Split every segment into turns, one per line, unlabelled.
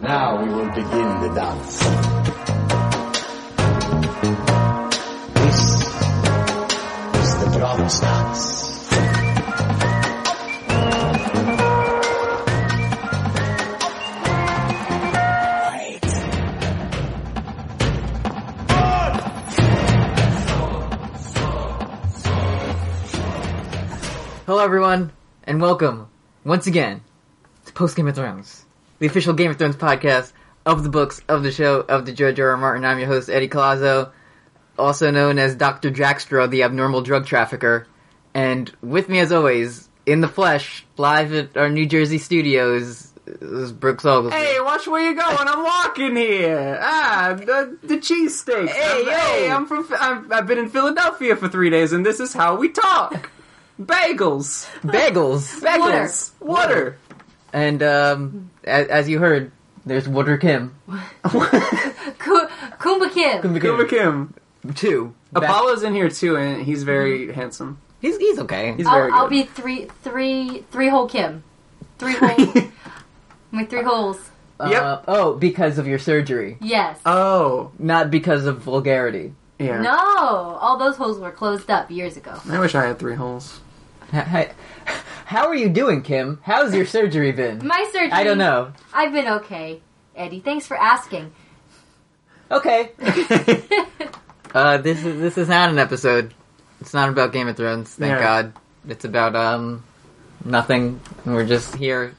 now we will begin the dance. This is the Bronx Dance.
Hello, everyone, and welcome once again to Post Game of Thrones, the official Game of Thrones podcast of the books, of the show, of the George R. R. Martin. I'm your host, Eddie Colazzo, also known as Dr. Jackstra, the abnormal drug trafficker. And with me, as always, in the flesh, live at our New Jersey studios, is Brooks Oglesby.
Hey, watch where you're going. I'm walking here. Ah, the, the cheesesteaks.
Hey,
I'm, hey,
yo.
I'm from. I'm, I've been in Philadelphia for three days, and this is how we talk. Bagels,
Bagels!
bagels, water.
And, um, as, as you heard, there's Water Kim.
Ku- Kumba Kim.
Gilbert Kim.
Two. Back-
Apollo's in here too, and he's very handsome.
He's, he's okay.
He's very
I'll,
good.
I'll be three, three, three hole Kim. Three hole. my three holes.
Yep.
Uh, oh, because of your surgery.
Yes.
oh,
not because of vulgarity.
yeah.
no, all those holes were closed up years ago.
I wish I had three holes.
H- h- How are you doing, Kim? How's your surgery been?
My surgery.
I don't know.
I've been okay, Eddie. Thanks for asking.
Okay. Uh, this is this is not an episode. It's not about Game of Thrones. Thank
Yeah.
God. It's about um nothing. We're just here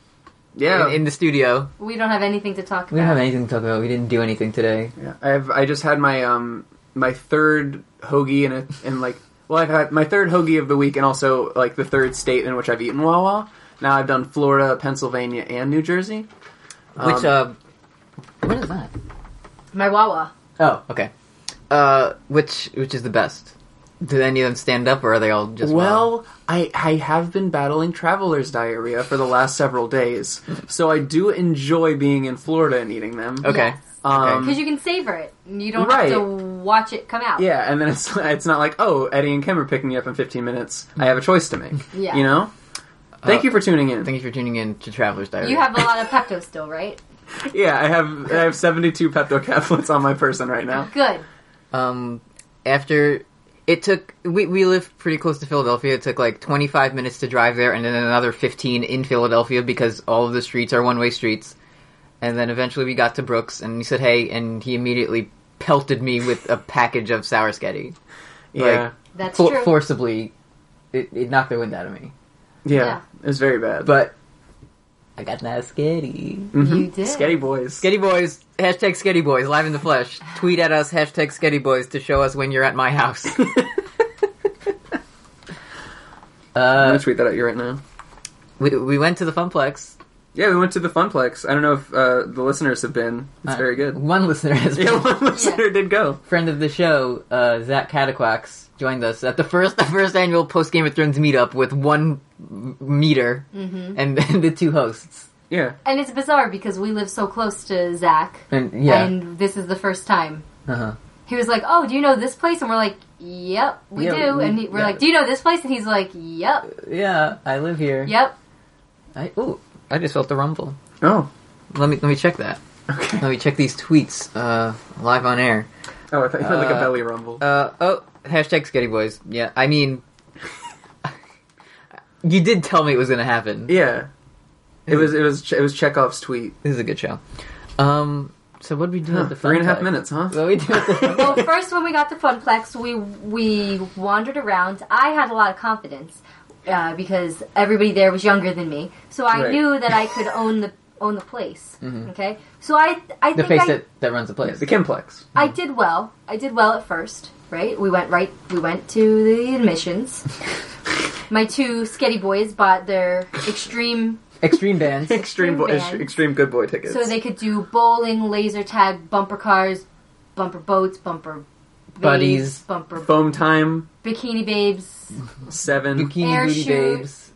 yeah.
in, in the studio.
we don't have anything to talk about.
We don't have anything to talk about. We didn't do anything today.
Yeah, I've I just had my um my third hoagie in a in like well I've had my third hoagie of the week and also like the third state in which I've eaten Wawa. Now I've done Florida, Pennsylvania, and New Jersey. Um,
Which uh, what is that?
My Wawa.
Oh, okay. Uh, which which is the best? Do any of them stand up, or are they all just
well, I I have been battling traveler's diarrhea for the last several days, so I do enjoy being in Florida and eating them.
Okay.
Um,
Because you can savor it. You don't
Right.
have to watch it come out.
Yeah, and then it's it's not like oh Eddie and Kim are picking me up in 15 minutes. I have a choice to make.
Yeah.
you know. Thank
Uh,
you for tuning in.
Thank you for tuning in to Traveler's Diary.
You have a lot of Pepto still, right?
Yeah, I have I have 72 Pepto Capsules on my person right now.
Good.
um, after it took we, we live pretty close to philadelphia it took like 25 minutes to drive there and then another 15 in philadelphia because all of the streets are one-way streets and then eventually we got to brooks and he said hey and he immediately pelted me with a package of soursketty
Yeah.
Like-
That's
For-
true.
forcibly it, it knocked the wind out of me
yeah,
Yeah.
It was very bad.
but i got that sketty
You did.
Sketty boys.
sketty boys hashtag sketty boys live in the flesh tweet at us hashtag sketty boys to show us when you're at my house
I'm
uh,
gonna tweet that at you right now.
we, we went to the funplex
Yeah, we went to the Funplex. I don't know if uh, the listeners have been. It's
Uh,
very good.
One listener has been
Yeah, one listener did go.
friend of the show, uh, Zach Cataquax, joined us at the first the first annual post Game of Thrones meetup with one m- meter and, the two hosts.
Yeah,
And it's bizarre because we live so close to Zach.
And yeah,
And this is the first time.
uh-huh.
He was like, "Oh, do you know this place?" And we're like, "Yep, we
Yeah,
do."
we-
and he, we're
yeah.
like, "Do you know this place?" And he's like, "Yep,
yeah, I live here.
yep."
I, ooh, I just felt the rumble.
Oh.
Let me let me check that.
Okay.
Let me check these tweets uh, live on air.
Oh, I thought you heard like a
Uh,
belly rumble.
Uh, oh, hashtag Sketty Boys. Yeah, I mean, you did tell me it was going to happen.
yeah. It was it was it was Chekhov's tweet.
This is a good show. Um, so what did we do
Huh,
at the
three and a half
Funplex?
minutes, huh?
What we do at the
Well,
Funplex?
first when we got to Funplex, we we wandered around. I had a lot of confidence uh, because everybody there was younger than me, so I
Right.
knew that I could own the own the place.
Mm-hmm.
Okay, so I I
the
think
face
I,
that, that runs the place.
The Kimplex.
I did well. I did well at first, right? We went right. We went to the admissions. My two sketty boys bought their extreme,
Extreme bands.
Extreme boy,
Extreme man.
extreme good boy tickets.
so they could do bowling, laser tag, bumper cars, bumper boats, bumper babes,
Buddies.
bumper
foam time
bikini babes.
seven.
Bikini
Air
Booty
shoot.
Babes.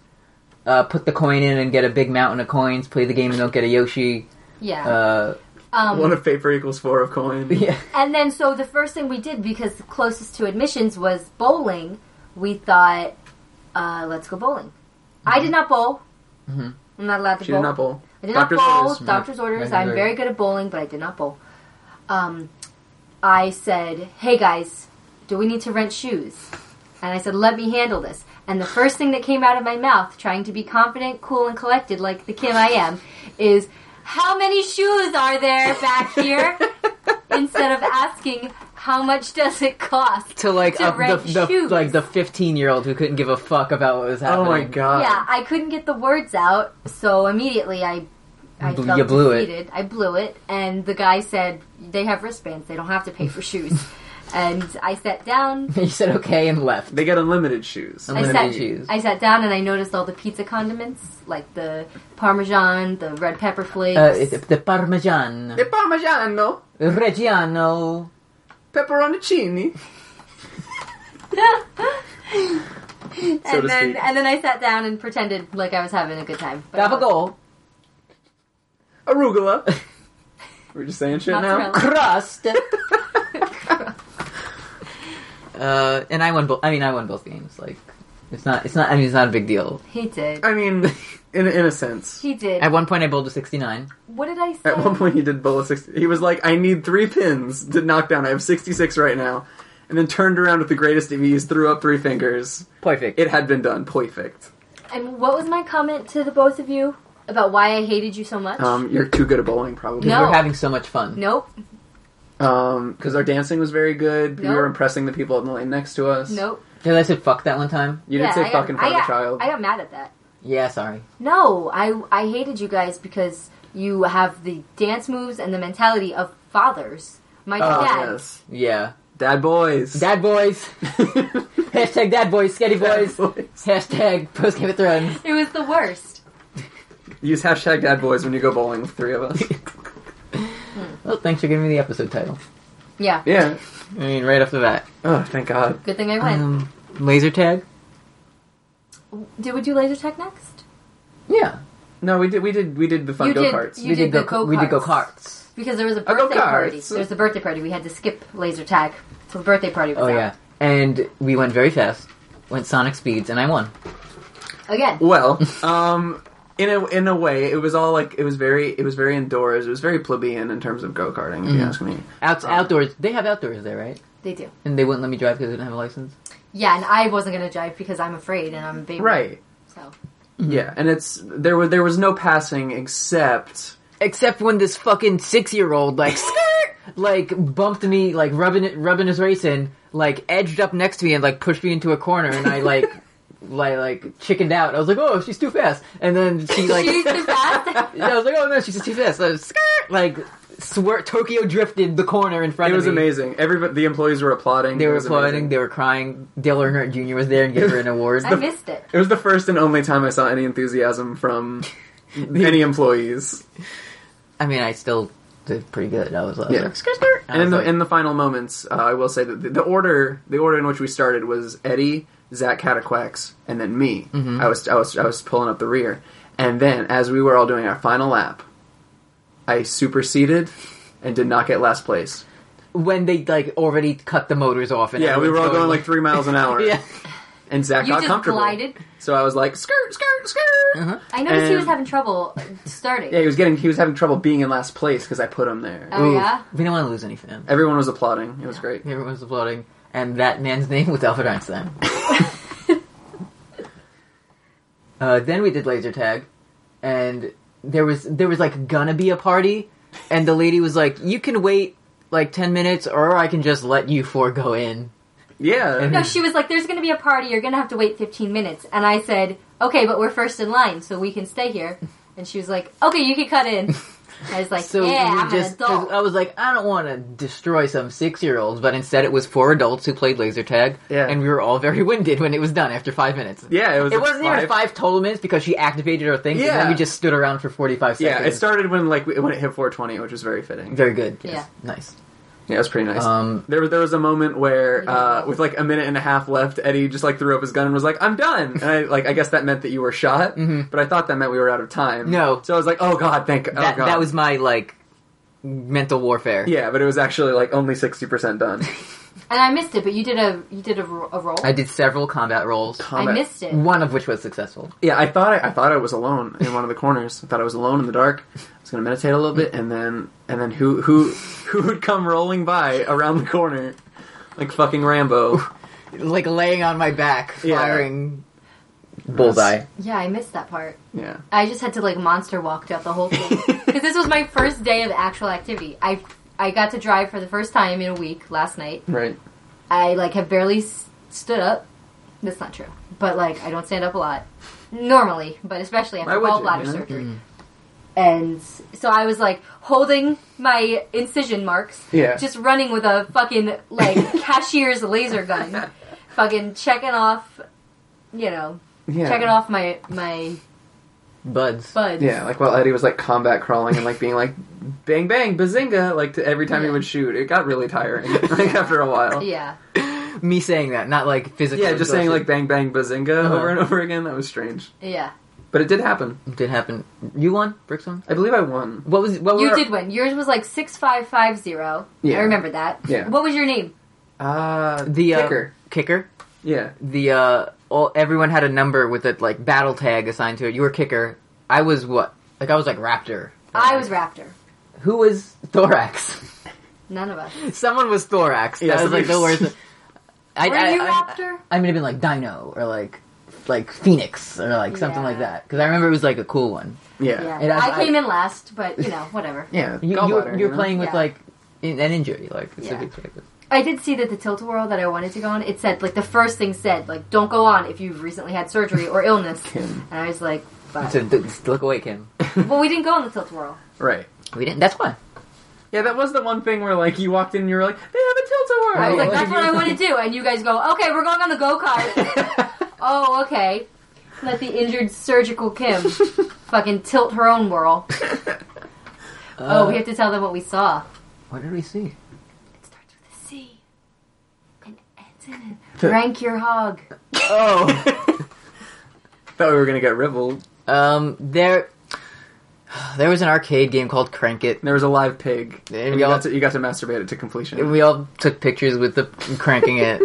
Uh, put the coin in and get a big mountain of coins. Play the game and don't get a Yoshi.
Yeah.
Uh,
um,
One of paper equals four of coin.
yeah.
And then, so the first thing we did, because the closest to admissions was bowling, we thought, uh, let's go bowling. I did not bowl.
Mhm.
I'm not allowed
Mm-hmm.
to
She
bowl.
did not bowl.
I did
Doctor's
not bowl.
orders.
Doctor's orders. I'm
Regular.
very good at bowling, but I did not bowl. Um, I said, "Hey guys, do we need to rent shoes?" And I said, "Let me handle this." And the first thing that came out of my mouth, trying to be confident, cool, and collected, like the Kim I am, is, "How many shoes are there back here?" Instead of asking, "How much does it cost?"
to like
To
uh, the,
rent
the
shoes.
like the 15 year old who couldn't give a fuck about what was
Oh
happening.
my god.
yeah, I couldn't get the words out, so immediately I, I
Bl-
felt
you blew it.
defeated. I blew it, and the guy said they have wristbands; they don't have to pay for shoes. and I sat down.
He said okay and left.
They get unlimited shoes.
I
Unlimited
sat,
shoes.
I sat down and I noticed all the pizza condiments, like the parmesan, the red pepper flakes.
Uh, it- the Parmesan,
The Parmigiano,
Reggiano.
pepperoncini.
and
so to
then
speak.
and then I sat down and pretended like I was having a good time. But I was-
Gabagool.
arugula. We're just saying shit now.
Mozzarella.
Crust. uh, and I won. Bo- I mean, I won both games. Like, it's not. It's not. I mean, it's not a big deal.
He did.
I mean, in in a sense.
He did.
At one point, I bowled a 69.
What did I say?
At one point, he did bowl of six. He was like, "I need three pins to knock down. I have sixty-six right now," and then turned around with the greatest of ease, threw up three fingers.
Perfect.
It had been done. Perfect.
And what was my comment to the both of you about why I hated you so much?
Um, you're too good at bowling, probably.
Because
No.
we're having so much fun.
nope.
Um, because our dancing was very good. We
No.
were impressing the people in the lane next to us.
Nope.
Did I say fuck that one time?
You did
Yeah,
say
I got-
fucking front
I
of
got-
a child.
I got mad at that.
Yeah, sorry.
No, I I hated you guys because you have the dance moves and the mentality of fathers. My
oh
dad.
yes,
Yeah.
dad boys.
Dad boys. Hashtag dad boys. Sketty
Dad
boys.
boys.
Hashtag post Game of Thrones.
It was the worst.
Use hashtag dad boys when you go bowling with three of us.
Well, thanks for giving me the episode title.
Yeah.
yeah.
I mean, right off the bat.
Oh, thank God.
Good thing I went.
Um, laser tag? Um,
Did we do laser tech next?
Yeah.
No, we did. We did. We did the fun
You
go
did-
karts.
You did
go-
go
We did go
karts.
karts.
Because there was a
go
birthday party.
karts.
There was a birthday party. We had to skip laser tag. So the birthday party was
Oh,
out.
yeah. And we went very fast. Went sonic speeds, and I won.
Again.
Well, um, in a in a way, it was all like it was very it was very indoors. It was very plebeian in terms of go karting. If you ask me,
Out-
Um,
outdoors. They have outdoors there, right?
They do.
And they wouldn't let me drive because I didn't have a license.
Yeah, and I wasn't gonna drive because I'm afraid and I'm a baby.
right?
So
Yeah, and it's there were there was no passing except
Except when this fucking six year old like skirt like bumped me like rubbing it rubbing his race in, like edged up next to me and like pushed me into a corner and I like like like chickened out. I was like, Oh, she's too fast and then she like
she's too fast.
I was like, Oh no, she's just too fast. So, skirt like swir- Tokyo drifted the corner in front
it
of
was
me.
amazing. Everybody, the employees were applauding.
They
It
were
was
applauding,
amazing.
they were crying. Dale Earnhardt Jr. was there and gave her an award.
I missed it.
It was the first and only time I saw any enthusiasm from any employees.
I mean I still did pretty good. I was like,
Yeah.
skirt skirt I
And in
was
the
like,
in the final moments, uh, I will say that the, the order the order in which we started was Eddie, Zach Cataquax, and then me.
Mm-hmm.
I was I was I was pulling up the rear, and then as we were all doing our final lap, I superseded and did not get last place.
when they like already cut the motors off and
Yeah, we were all
everyone's
going like three miles an hour.
Yeah.
and Zach
You
got
just
comfortable.
glided.
So I was like skirt skirt skirt.
Uh-huh.
I noticed he
And-
was having trouble starting.
Yeah, he was getting he was having trouble being in last place because I put him there.
Oh, yeah?
We don't want to lose any fans.
Everyone was applauding. It was great.
Everyone's applauding, and that man's name was Albert Einstein. uh, then we did laser tag, and there was there was like gonna be a party, and the lady was like, "You can wait like ten minutes, or I can just let you four go in."
Yeah.
And
No, she was like, "There's going to be a party. You're going to have to wait 15 minutes." And I said, "Okay, but we're first in line, so we can stay here." And she was like, "Okay, you can cut in." I was like,
So
"Yeah,
we
I'm
just uh,
an
'cause
adult."
I was like, I don't want to destroy some six year olds, but instead it was four adults who played laser tag,
Yeah.
and we were all very winded when it was done after five minutes.
yeah, it was.
It
like
wasn't even five total minutes because she activated her things, and then
Yeah.
we just stood around for forty five
Yeah,
seconds.
it started when like we- when it hit 420, which was very fitting.
Very good.
Yeah.
Yes. Nice.
Yeah, it was pretty nice.
Um,
there was there was a moment where uh, with like a minute and a half left, Eddie just like threw up his gun and was like, "I'm done." And I like I guess that meant that you were shot, but I thought that meant we were out of time.
Mm-hmm. No.
so I was like, "Oh God, thank oh,
that,
God."
that was my like mental warfare.
yeah, but it was actually like only 60 percent done.
And I missed it, but you did a you did a, ro- a roll.
I did several combat rolls,
I
Combat-
missed it.
one of which was successful.
Yeah, I thought I, I thought I was alone in one of the corners. I thought I was alone in the dark. I was gonna meditate a little bit, and then and then who who who would come rolling by around the corner, like fucking Rambo?
Like laying on my back,
Yeah.
firing bullseye.
Yeah, I missed that part.
Yeah,
I just had to like monster walk out the whole thing because this was my first day of actual activity. I I got to drive for the first time in a week last night.
right.
I like have barely s- stood up. That's not true, but like I don't stand up a lot normally, but especially after
Why would you,
gallbladder
you Mm-hmm. know?
surgery. And so I was like holding my incision marks,
Yeah.
just running with a fucking like cashier's laser gun, fucking checking off, you know,
Yeah.
checking off my my
Buds.
buds.
Yeah, like while Eddie was like combat crawling and like being like bang bang bazinga like to every time he
Yeah.
would shoot. It got really tiring like after a while. Yeah,
Yeah.
Me saying that, not like physically.
just saying like
exhausted.
bang bang bazinga
Uh-huh.
over and over again. That was strange,
Yeah.
but it did happen.
Did happen. You won, Bricks won.
I believe I won.
What was what
You
were,
did win. Yours was like 6550.
Oh, Yeah.
I remember that.
Yeah.
What was your name?
Uh
the uh,
kicker.
Kicker.
Yeah,
The uh, all, everyone had a number with a like battle tag assigned to it. You were kicker. I was what? Like I was like Raptor.
I was Raptor.
Who was Thorax?
None of us.
Someone was Thorax.
Yeah,
that was like the
somebody-
worst. I,
Were
I,
you
I,
Raptor?
I mean, it'd been like Dino or like like Phoenix or like something
Yeah.
like that. Because I remember it was like a cool one.
yeah,
Yeah.
yeah.
And I-
I, came in last, but you know, whatever.
You, you,
gallbladder,
were-
you
you were
know?
playing with
Yeah.
like in, an injury, like it's
Yeah.
expected.
I did see that the tilt a whirl that I wanted to go on, it said, like, the first thing said, like, don't go on if you've recently had surgery or illness.
Kim.
And I was like, but.
So d- just look away, Kim.
well, we didn't go on the tilt a whirl.
Right.
We didn't. That's why.
Yeah, that was the one thing where like you walked in and you were like, they have a tilt a
I was
Right.
like, that's what I want to do. And you guys go, okay, we're going on the go kart. oh, okay. Let the injured surgical Kim fucking tilt her own whirl.
Uh,
Oh, we have to tell them what we saw.
What did we see?
It starts with a C and ends in a rank your hog.
Oh,
Thought we were gonna get riveled.
um, there, there was an arcade game called Crank It.
There was a live pig.
There
and
we
you
go.
got, to, you got to masturbate it to completion.
We all took pictures with the cranking it,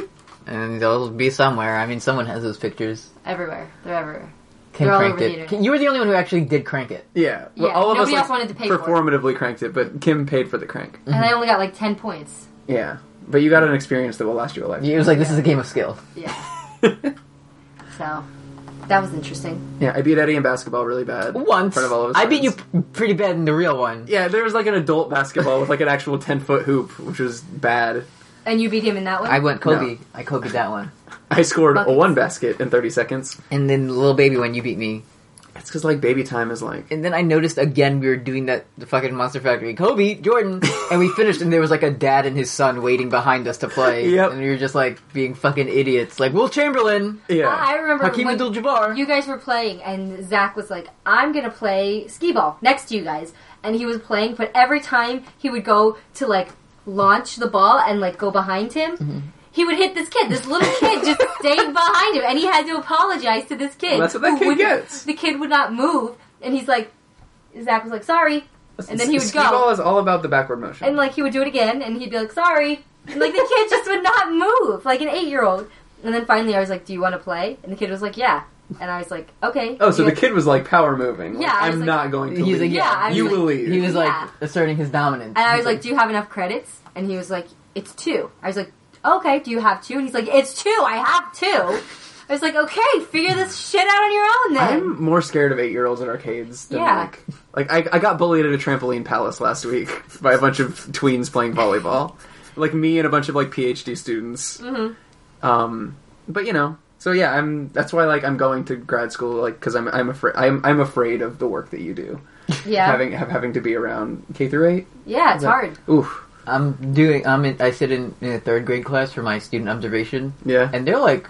and they'll be somewhere. I mean, someone has those pictures.
Everywhere. They're everywhere.
Kim
They're all
cranked
over the
it.
internet.
You were the only one who actually did crank it.
Yeah. Well,
Yeah,
all of us
nobody
like,
else wanted to pay for it.
performatively cranked it, but Kim paid for the crank.
And
Mm-hmm.
I only got like 10 points.
Yeah. But you got an experience that will last you a lifetime.
It was like this is a game of skill.
Yeah. so, that was interesting.
Yeah, I beat Eddie in basketball really bad.
Once,
In front of all of his
I beat you
friends.
p- pretty bad in the real one.
Yeah, there was like an adult basketball with like an actual 10 foot hoop, which was bad.
And you beat him in that one?
I went Kobe.
No.
I Kobe that one.
I scored a
Buckets.
one basket in 30 seconds.
And then the little baby one, you beat me.
It's because like baby time is like.
And then I noticed again we were doing that the fucking Monster Factory. Kobe, Jordan, and we finished, and there was like a dad and his son waiting behind us to play.
Yep.
And we were just like being fucking idiots, like Will Chamberlain,
Yeah.
I I remember
Hakeem
when
Abdul-Jabbar.
you guys were playing, and Zach was like, I'm gonna play skee ball next to you guys. And he was playing, but every time he would go to like launch the ball and like go behind him, he would hit this kid. This little kid just stayed behind him, and he had to apologize to this kid.
Well, that's what that
who
kid
wouldn't-
gets.
The kid would not move, and he's like, Zach was like, sorry. And then he would
Skee ball
go.
is all about the backward motion.
And like he would do it again, and he'd be like, sorry. And, like the kid just would not move, like an eight year old. And then finally I was like, do you want to play? And the kid was like, yeah. And I was like, okay.
oh, so
You
the kid was like power moving. Like,
Yeah, I was
I'm
like-
not going to
He's
leave.
like,
Yeah, I was
you
like-
will leave.
he was like
Yeah.
asserting his dominance.
And I was
He's
like, "Do you have enough credits?" And he was like, "It's two. I was like, "Okay, do you have two? And he's like, "It's two. I have two. I was like, "Okay, figure this shit out on your own then."
I'm more scared of eight year olds at arcades than
Yeah.
like like I, I got bullied at a trampoline palace last week by a bunch of tweens playing volleyball, like me and a bunch of like PhD students.
Mm-hmm.
Um, but you know, so yeah, I'm that's why like I'm going to grad school like because I'm I'm afraid I'm I'm afraid of the work that you do
yeah,
having have, having to be around K through eight.
yeah, it's
Like,
hard.
Oof.
I'm doing. I'm in. I sit in, in a third grade class for my student observation,
Yeah.
and they're like,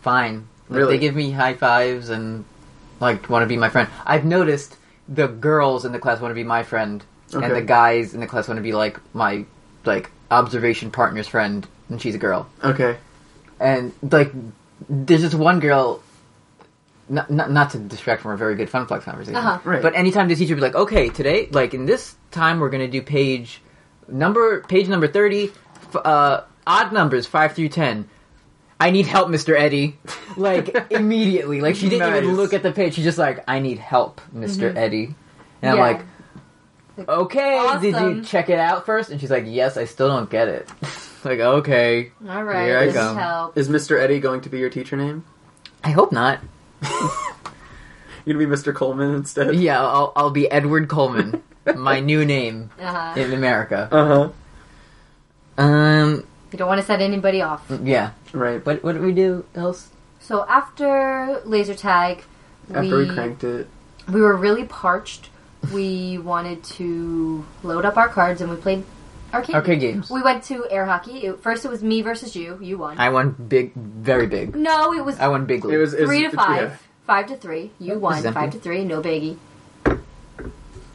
fine. Like,
Really?
They give me high fives and like want to be my friend. I've noticed the girls in the class want to be my friend,
Okay.
and the guys in the class want to be like my like observation partner's friend, and she's a girl.
okay.
And like, there's this one girl. Not, not, not to distract from our very good fun flex conversation,
Uh-huh.
Right.
but anytime the teacher would be like, "Okay, today, like in this time, we're going to do page number page number thirty, f- uh, odd numbers five through ten. I need help, Mister Eddie. Like immediately. Like she didn't even
Nice.
look at the page. She's just like, I need help, Mister Eddie. And I'm
Mm-hmm. Yeah.
like, okay, did you
Awesome.
check it out first? And she's like, yes. I still don't get it. like okay,
All right,
Here I
this
come.
help.
Is Mr. Eddie going to be your teacher name?
I hope not.
You're gonna be Mr. Coleman instead.
Yeah, I'll, I'll be Edward Coleman, my new name
Uh-huh.
in America.
Uh huh.
Um,
You don't want to set anybody off.
Mm.
yeah.
Right.
What what did we do else?
So after laser tag,
After we cranked it.
we were really parched. We wanted to load up our cards and we played arcade,
Arcade games.
We went to air hockey. It, first, it was me versus you. You won.
I won big, very big.
no, it was
I won bigly.
It was, it was-
three to
it's-
five.
yeah.
Five to three. You
This
won.
is empty.
Five to three. No biggie.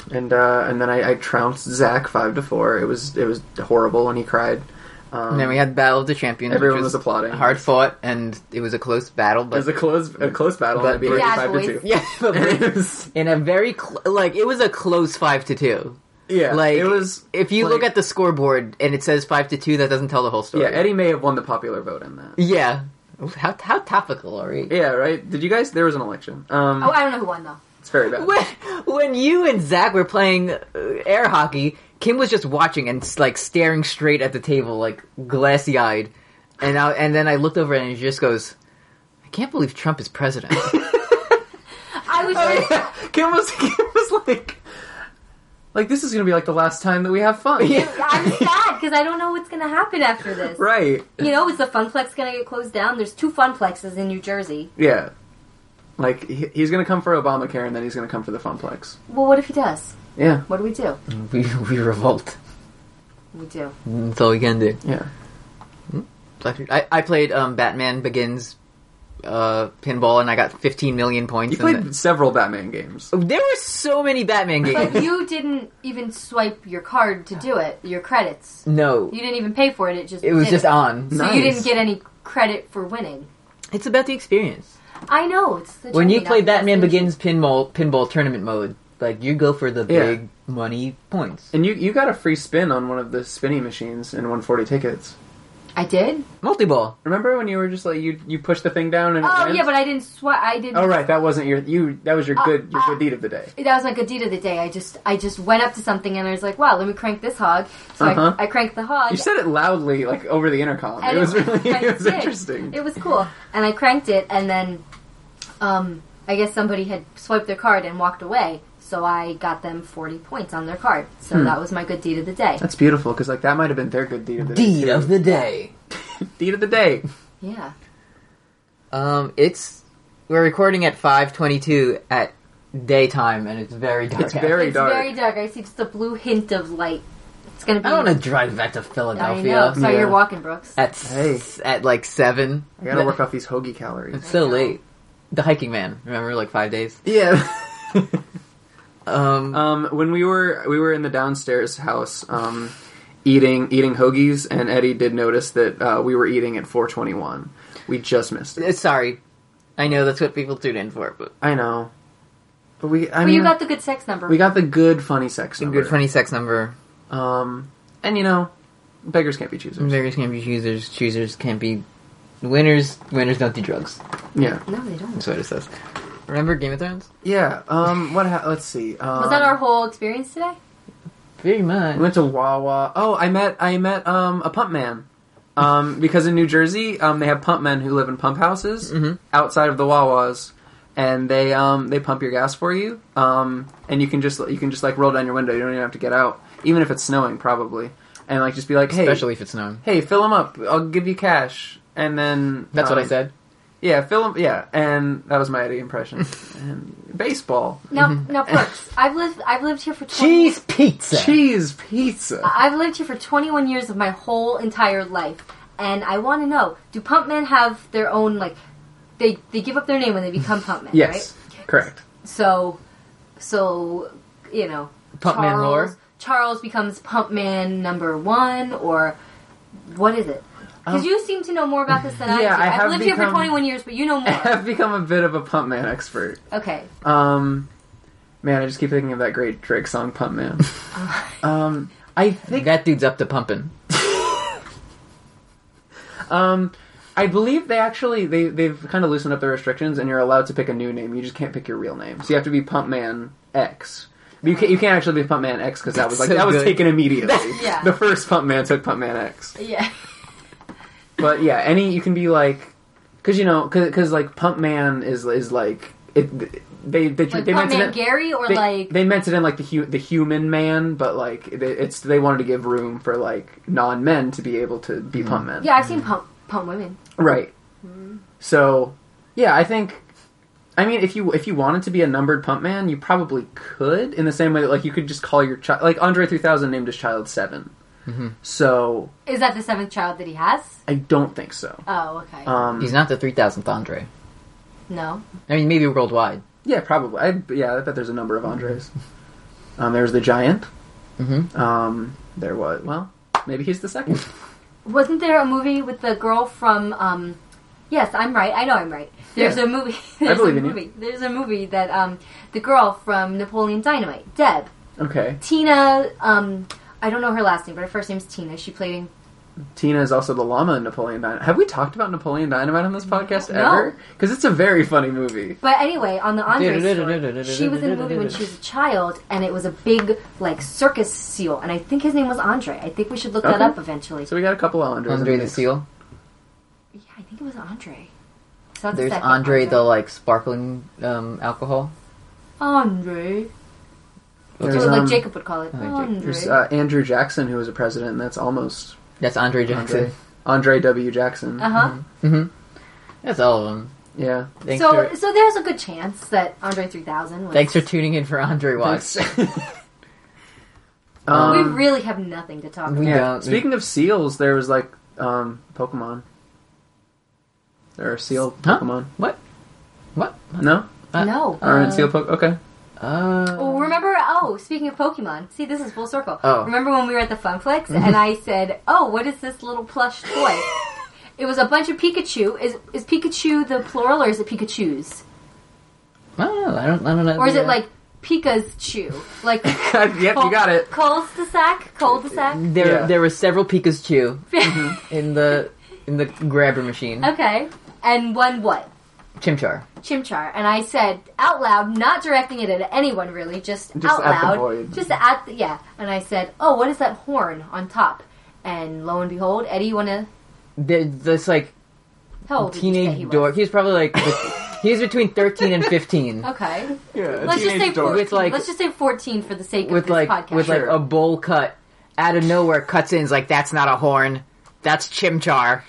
and uh, and then I, I trounced Zach five to four. It was it was horrible, and he cried. Um,
and then we had Battle of the Champions.
everyone
which
was, applauding.
hard fought, and it was a close battle.
It
But
was a close a close battle.
But
and I beat him
Yeah,
five to
boys.
two.
yeah, but
And
we-
it was-
in a very cl- like it was a close five to two.
yeah,
Like
it was.
If you look
like-
at the scoreboard and it says five to two, that doesn't tell the whole story.
Yeah, Eddie may have won the popular vote in that.
Yeah. How how topical are we?
Yeah, right. Did you guys? There was an election. Um,
Oh, I don't know who won though.
it's very bad.
when, when you and Zach were playing uh, air hockey, Kim was just watching and like staring straight at the table, like glassy eyed. And I, and then I looked over and he just goes, "I can't believe Trump is president."
I was.
Kim was Kim was like, like this is gonna be like the last time that we have fun.
I'm sad because I don't know what's gonna happen after this.
Right.
You know, is the funplex gonna get closed down? There's two funplexes in New Jersey.
Yeah. Like he, he's gonna come for Obamacare and then he's gonna come for the funplex.
Well, what if he does?
Yeah.
What do we do?
we we revolt.
We do.
That's all we can do. Hmm?
Yeah.
I, I played um, Batman Begins uh, pinball and I got 15 million points.
You
and
played several Batman games.
the- there were so many Batman
But
games.
you didn't even swipe your card to do it. Your credits.
no,
You didn't even pay for it. It just
it was
did
just on.
So
Nice.
you didn't get any credit for winning.
It's about the experience.
I know. It's the
when you
journey,
play
not the
Batman
destination.
Begins pinball pinball tournament mode, like you go for the
Yeah.
big money points.
And you you got a free spin on one of the spinning machines and won forty tickets.
I did.
Multi ball.
Remember when you were just like you you pushed the thing down and
Oh
it
yeah, but I didn't swipe. I didn't.
Oh right, that wasn't your you that was your
Uh,
good your
uh,
good deed of the day.
That was my good deed of the day. I just, I just went up to something and I was like, "Wow, let me crank this hog." So
Uh-huh.
I, I cranked the hog.
You said it loudly, like over the intercom.
and
It was really
I
it was
did.
interesting.
It was cool, and I cranked it, and then, um, I guess somebody had swiped their card and walked away. So I got them forty points on their card. So
Hmm.
that was my good deed of the day.
That's beautiful because like that might have been their good deed of the day.
Deed
too.
of the day.
deed of the day.
Yeah.
Um, it's we're recording at five twenty two at daytime, and it's very dark.
It's
out.
very
it's
dark.
very dark. I see just a blue hint of light. It's gonna be.
I don't want to drive back to
I know.
Philadelphia
Sorry,
Yeah.
you're walking, Brooks.
at s-
Hey.
at like seven.
I gotta work off these hoagie calories.
It's so
I know.
late. The hiking man. Remember, like five days.
Yeah.
Um,
Um, when we were we were in the downstairs house, um, eating eating hoagies, and Eddie did notice that uh, we were eating at 4:21. We just missed it.
uh, sorry. I know that's what people tune in for, but
I know, but we I
Well,
mean,
you got the good sex number.
we got the good funny sex number.
good twenty sex number.
Um, and you know, beggars can't be choosers.
Beggars can't be choosers. Choosers can't be winners. Winners don't do drugs.
Yeah,
no, they don't.
That's what it says. Remember Game of Thrones?
yeah. Um, what? Ha- let's see. Um,
Was that our whole experience today?
Very
We
much.
went to Wawa. Oh, I met I met um, a pump man. Um, because in New Jersey, um, they have pump men who live in pump houses
Mm-hmm.
outside of the Wawas, and they um, they pump your gas for you. Um, and you can just you can just like roll down your window. You don't even have to get out, even if it's snowing, probably. And like just be like, hey,
Especially if it's snowing.
hey, fill them up. I'll give you cash. And then
That's what I
um,
said.
Yeah, fill them. Yeah, and that was my Eddie impression. and baseball,
No, no, Brooks. I've lived. I've lived here for 20,
Cheese pizza.
cheese, pizza.
I've lived here for 21 years of my whole entire life, and I want to know: Do pump men have their own like? They they give up their name when they become pump men,
yes, correct.
right? So, so you know,
Pump man
Charles,
lore?
Charles becomes pump man number one, or what is it? Because
Um,
you seem to know more about this than I do.
yeah, I
I've
have
lived here for
become-
21 years, but you know
I
more.
have become a bit of a pump man expert.
okay,
Um, man, I just keep thinking of that great Drake song, Pump Man. um, I think
That dude's up to pumping.
Um, I believe they actually they they've kind of loosened up their restrictions, and you're allowed to pick a new name. You just can't pick your real name, so you have to be Pump Man X. But you can't you can't actually be Pump Man X because that was like
so
that was
good.
taken immediately.
Yeah.
The first Pump Man took Pump Man X.
Yeah.
But yeah, any you can be like, because you know, because like Pump Man is is like it. They they
Like
they
Pump
meant it
Man
in-
Gary or
they,
like
they meant it in like the hu- the human man, but like it, it's they wanted to give room for like non men to be able to be
Mm.
Pump Men.
Yeah, Mm-hmm. I've seen pump pump women.
Right. So, yeah, I think. I mean, if you if you wanted to be a numbered pump man, you probably could. In the same way that like you could just call your child like Andre three thousand named his child 7
Mm-hmm.
So
Is that the seventh child that he has?
I don't think so.
Oh, okay.
Um,
He's not the 3000th Andre.
no.
I mean, maybe worldwide.
yeah, probably. I, yeah, I bet there's a number of Andres.
Mm-hmm.
Um, there was the giant.
Mhm.
Um, there was well, maybe he's the second.
Wasn't there a movie with the girl from? um Yes, I'm right. I know I'm right. There's
Yeah.
a movie. There's
believe
a
in you.
movie. There's a movie that um the girl from Napoleon Dynamite, Deb
Okay,
Tina. Um, I don't know her last name, but her first name's Tina. She played in.
Tina is also the llama in Napoleon Dynamite. Have we talked about Napoleon Dynamite on this podcast
No.
ever? Because it's a very funny movie.
But anyway, on the Andre story, she was in a movie when she was a child, and it was a big like circus seal, and I think his name was Andre. I think we should look that
Okay.
up eventually.
So we got a couple of Andres. in
Andre the
mix.
Seal.
Yeah, I think it was Andre. So that's
There's
second
Andre the like sparkling um, alcohol.
Andre.
There's,
Or like
um,
Jacob would call it.
I think
Andre.
There's uh, Andrew Jackson, who was a president, and that's almost
That's Andre
Andre,
Jackson.
Andre W. Jackson.
Uh huh.
hmm That's all of them.
Yeah.
Thanks
So,
for
so there's a good chance that Andre 3000 was.
thanks for tuning in for Andre Watch.
we
um,
really have nothing to talk
We
about.
yeah.
don't-
Speaking of seals, there was like um, Pokemon. There are seal
Huh?
Pokemon.
What? What?
No,
Uh,
no.
are seal Pokemon. Okay.
Uh,
Oh, remember? Oh, speaking of Pokemon, see, this is full circle.
Oh.
Remember when we were at the Funflex and I said, "Oh, what is this little plush toy?" it was a bunch of Pikachu. Is is Pikachu the plural or is it Pikachu's?
I don't know. I don't. I don't know.
Or is
the,
it like Pika's Chew? Like
yep, you got it.
Cole's the sack. Cole's the sack.
there?
Yeah.
There were several Pikachu in the in the grabber machine.
okay, and one what?
Chimchar.
Chimchar, and I said out loud, not directing it at anyone really, just,
Just
out
at the
loud,
void.
just at the, yeah. And I said, "Oh, what is that horn on top?" And lo and behold, Eddie, you want to
There- This like
how old did Oh, you say he
teenage
was?
dork. He was probably like he was between thirteen and fifteen.
Okay,
Yeah, a
let's just
teenage
say
dork.
14,
With, like-
let's just say fourteen for the sake of
with
this
like
podcast.
with like
Sure.
a bowl cut out of nowhere cuts in is like that's not a horn that's chimchar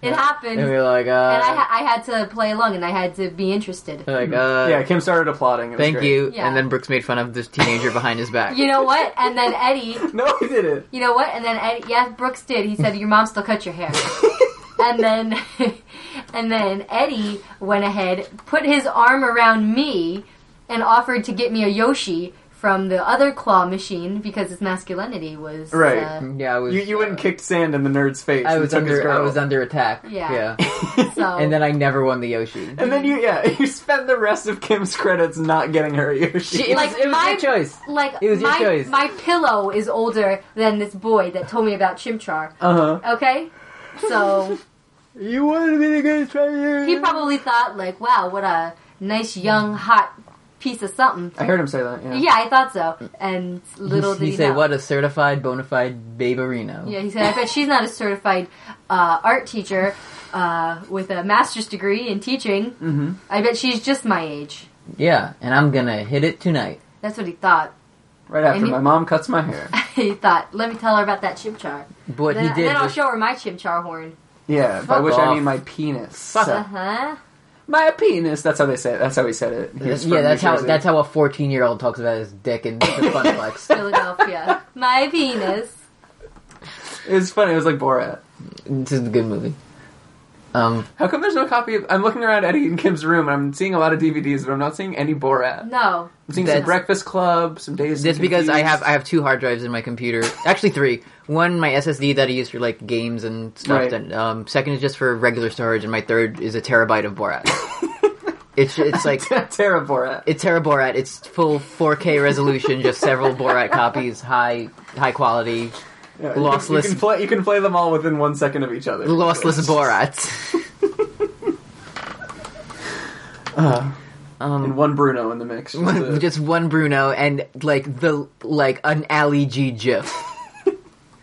it happened,
and we were like uh
and I, ha- I had to play along, and I had to be interested.
like uh
Yeah, Kim started applauding. It was
thank
great.
you
Yeah.
and then Brooks made fun of this teenager behind his back
You know what? And then Eddie,
No, he did it.
you know what? And then Eddie, yeah, Brooks did. He said, "Your mom still cut your hair." and then, and then Eddie went ahead, put his arm around me, and offered to get me a Yoshi from the other claw machine because his masculinity was
Right.
Uh,
yeah I was
You, you went and
uh,
kicked sand in the nerd's face.
I
and
was
took his
under I
girl.
was under attack
Yeah.
yeah
so,
and then I never won the Yoshi
And then you, yeah, you spent the rest of Kim's credits not getting her a Yoshi.
She- it was,
Like,
it was
my-
your choice
like
It was your
my
choice.
my pillow is older than this boy that told me about Chimchar.
Uh huh.
Okay, so
You wanted me to go try your.
he probably thought like, "Wow, what a nice young hot piece of something."
I heard him say that. Yeah.
Yeah, I thought so. And little
he,
did
he
he
said
know.
what a certified bona fide baberino
Yeah, he said, I bet she's not a certified uh, art teacher uh, with a master's degree in teaching.
Mm-hmm.
I bet she's just my age.
yeah and I'm gonna hit it tonight
That's what he thought.
Right after
And you-
my mom cuts my hair.
he thought, let me tell her about that chimchar.
but
then,
he did
then I'll
was-
show her my chimchar horn.
Yeah, by
Fuck
which I
off.
mean my penis.
Fuck
So-
Uh huh.
my penis. That's how they say it. That's how he said it. He was
yeah
from
that's
New
how
Jersey.
that's how a 14 year old talks about his dick in the fun flex
Philadelphia. my penis.
It was funny. It was like Borat.
This is a good movie. Um,
How come there's no copy of? I'm looking around Eddie and Kim's room. and I'm seeing a lot of DVDs, but I'm not seeing any Borat.
No.
I'm seeing some
That's-
Breakfast Club, some Days.
that's
and
because I
Confused.
have I have two hard drives in my computer. Actually, three. One my SSD that I use for like games and stuff.
Right.
And um, second is just for regular storage, and my third is a terabyte of Borat. it's it's like
Tara Borat.
it's tera Borat. It's full 4K resolution, just several Borat copies, high high quality.
Yeah,
Lossless-
You can, you, can play, you can play them all within one second of each other.
Lossless Borat.
Uh. And one Bruno in the mix. Just
One-
the-
Um, just one Bruno and like the like an Ali G GIF.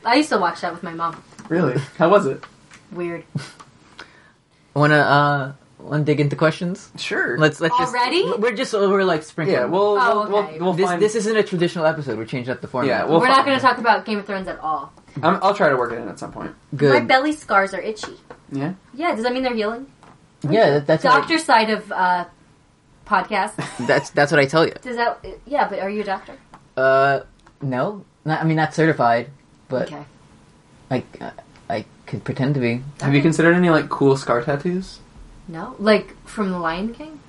I used to watch that with my mom.
really? How was it?
Weird.
Wanna uh wanna dig into questions?
Sure.
Let's let's just-
Already?
we're just we're like sprinkling.
yeah, we'll,
Oh,
we'll,
okay.
we'll, we'll
this
find...
this isn't a traditional episode. We're changing up the format.
Yeah, we'll
We're not
find-
going to talk about Game of Thrones at all.
I'm, I'll try to work it in at some point.
My
good.
belly scars are itchy.
Yeah?
Yeah, does that mean they're healing?
Yeah, that, that's what
Doctor side of uh, podcast.
I, that's that's what I tell you.
Does that? Yeah, but are you a doctor?
Uh, no, not, I mean not certified, but
Okay.
like I, I could pretend to be.
Have you considered any, like, cool scar tattoos?
No, like from The Lion King.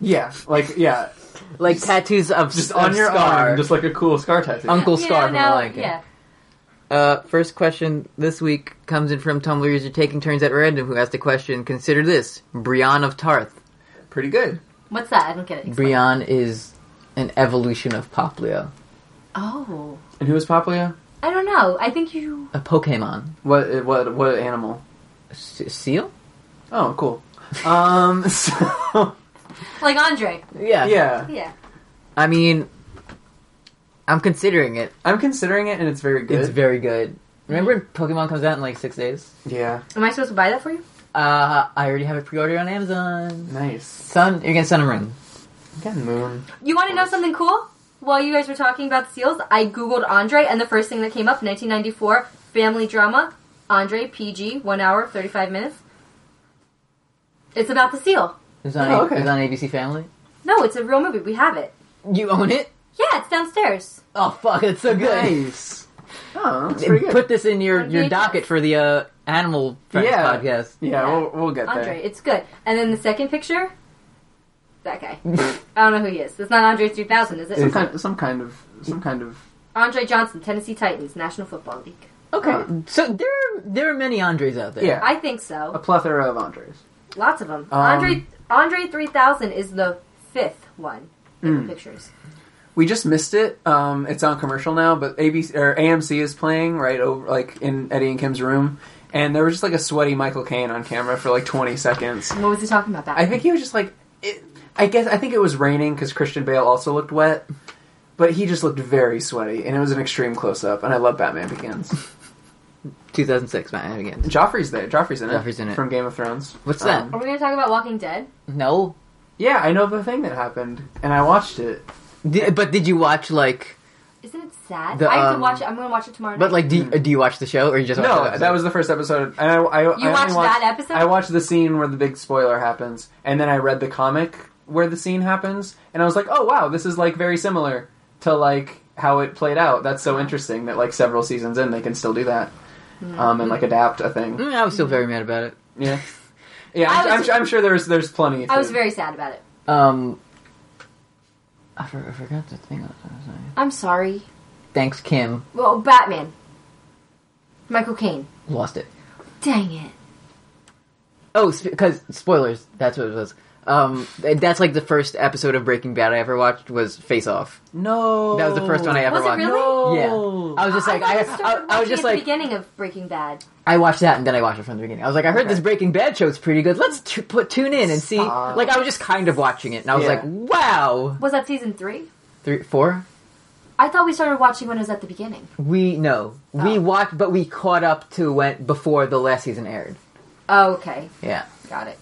Yeah. Like, yeah.
Like tattoos of
Just
of
on your
scar.
arm, just like a cool scar tattoo.
Uncle Scar from
yeah,
The
no,
Lion King.
Yeah.
Uh, first question this week comes in from Tumblr user taking turns at random who asked the question. Consider this: Brienne of Tarth.
Pretty good.
What's that? I don't get it.
Brienne is an evolution of Popplio,
Oh,
And who is Paplia?
I don't know. I think you.
a Pokemon.
What, what, what animal?
S- seal?
Oh, cool. Um, so,
Like Andre.
Yeah.
yeah.
Yeah.
I mean, I'm considering it.
I'm considering it, and it's very good.
It's very good. Remember when Pokemon comes out in like six days?
yeah.
Am I supposed to buy that for you?
Uh, I already have it pre-ordered on Amazon.
Nice.
Sun, you're gonna Sun and Moon.
Again, moon.
You want to know something cool? While you guys were talking about seals, I googled Andre, and the first thing that came up, 1994 family drama, Andre PG, one hour, 35 minutes. It's about the seal.
It's on,
Oh, okay.
it's on ABC Family.
No, it's a real movie. We have it.
You own it?
Yeah, it's downstairs.
Oh fuck, it's so good.
Nice. Oh, that's pretty good.
Put this in your,
On
your
VHS.
docket for the uh, Animal Friends
Yeah.
podcast.
yeah, We'll, we'll get
Andre, it's good. And then the second picture, that guy. I don't know who he is. It's not Andre 3000, is
there. Some
it?
kind, some kind of, some kind of.
Andre Johnson, Tennessee Titans, National Football League.
Okay, so there are, there are many Andres out there.
Yeah.
I think
A
so.
plethora of Andres.
Lots of them.
Um,
Andre Andre 3000 is the fifth one in
hmm.
the pictures.
We just missed it. Um, it's on commercial now, but ABC or AMC is playing right over, like in Eddie and Kim's room, and there was just like a sweaty Michael Caine on camera for like 20 seconds.
What was he talking about? That
I think he was just like, it, I guess I think it was raining because Christian Bale also looked wet, but he just looked very sweaty, and it was an extreme close up. And I love Batman Begins.
2006, Batman Begins.
Joffrey's there. Joffrey's in it.
Joffrey's in it.
from Game of Thrones. Um,
What's
Are
that?
we going to talk about Walking Dead?
No,
Yeah, I know the thing that happened, and I watched it.
Di- but did you watch like?
Isn't it sad?
The,
I have
um,
to watch it. I'm going to watch it tomorrow.
But
night.
like, do you, do you watch the show or you just watch
No,
the episode?
that was the first episode. And I, I, I only
watched that episode?
I watched the scene where the big spoiler happens, and then I read the comic where the scene happens, and I was like, oh wow, this is like very similar to like how it played out. That's so interesting that like several seasons in they can still do that, um, and
Mm-hmm.
like adapt a thing.
Mm, I was still very mad about it.
Yeah, yeah.
I
I'm,
was-
I'm, I'm sure there's there's plenty.
I was
for-
very sad about it.
Um, I, for, I forgot the thing. I was gonna say.
I'm sorry.
Thanks, Kim.
Well, Batman. Michael Caine.
Lost it.
Dang it.
Oh, because spoilers. That's what it was. Um, th- that's like the first episode of Breaking Bad I ever watched was Face Off.
no.
That was the first one I ever
Was it
watched.
really?
Yeah,
No.
I was just like,
thought
I,
you started
I, I was
watching
just
at
like,
the beginning of Breaking Bad.
I watched that and then I watched it from the beginning. I was like, I heard
Okay.
this Breaking Bad show's pretty good. Let's t- put tune in and see.
Stop.
Like, I was just kind of watching it, and I was
Yeah.
like, wow,
Was that season three?
three, four.
I thought we started watching when it was at the beginning.
We no, we
Oh.
watched, but we caught up to when before the last season aired.
Oh, okay.
Yeah,
Got it.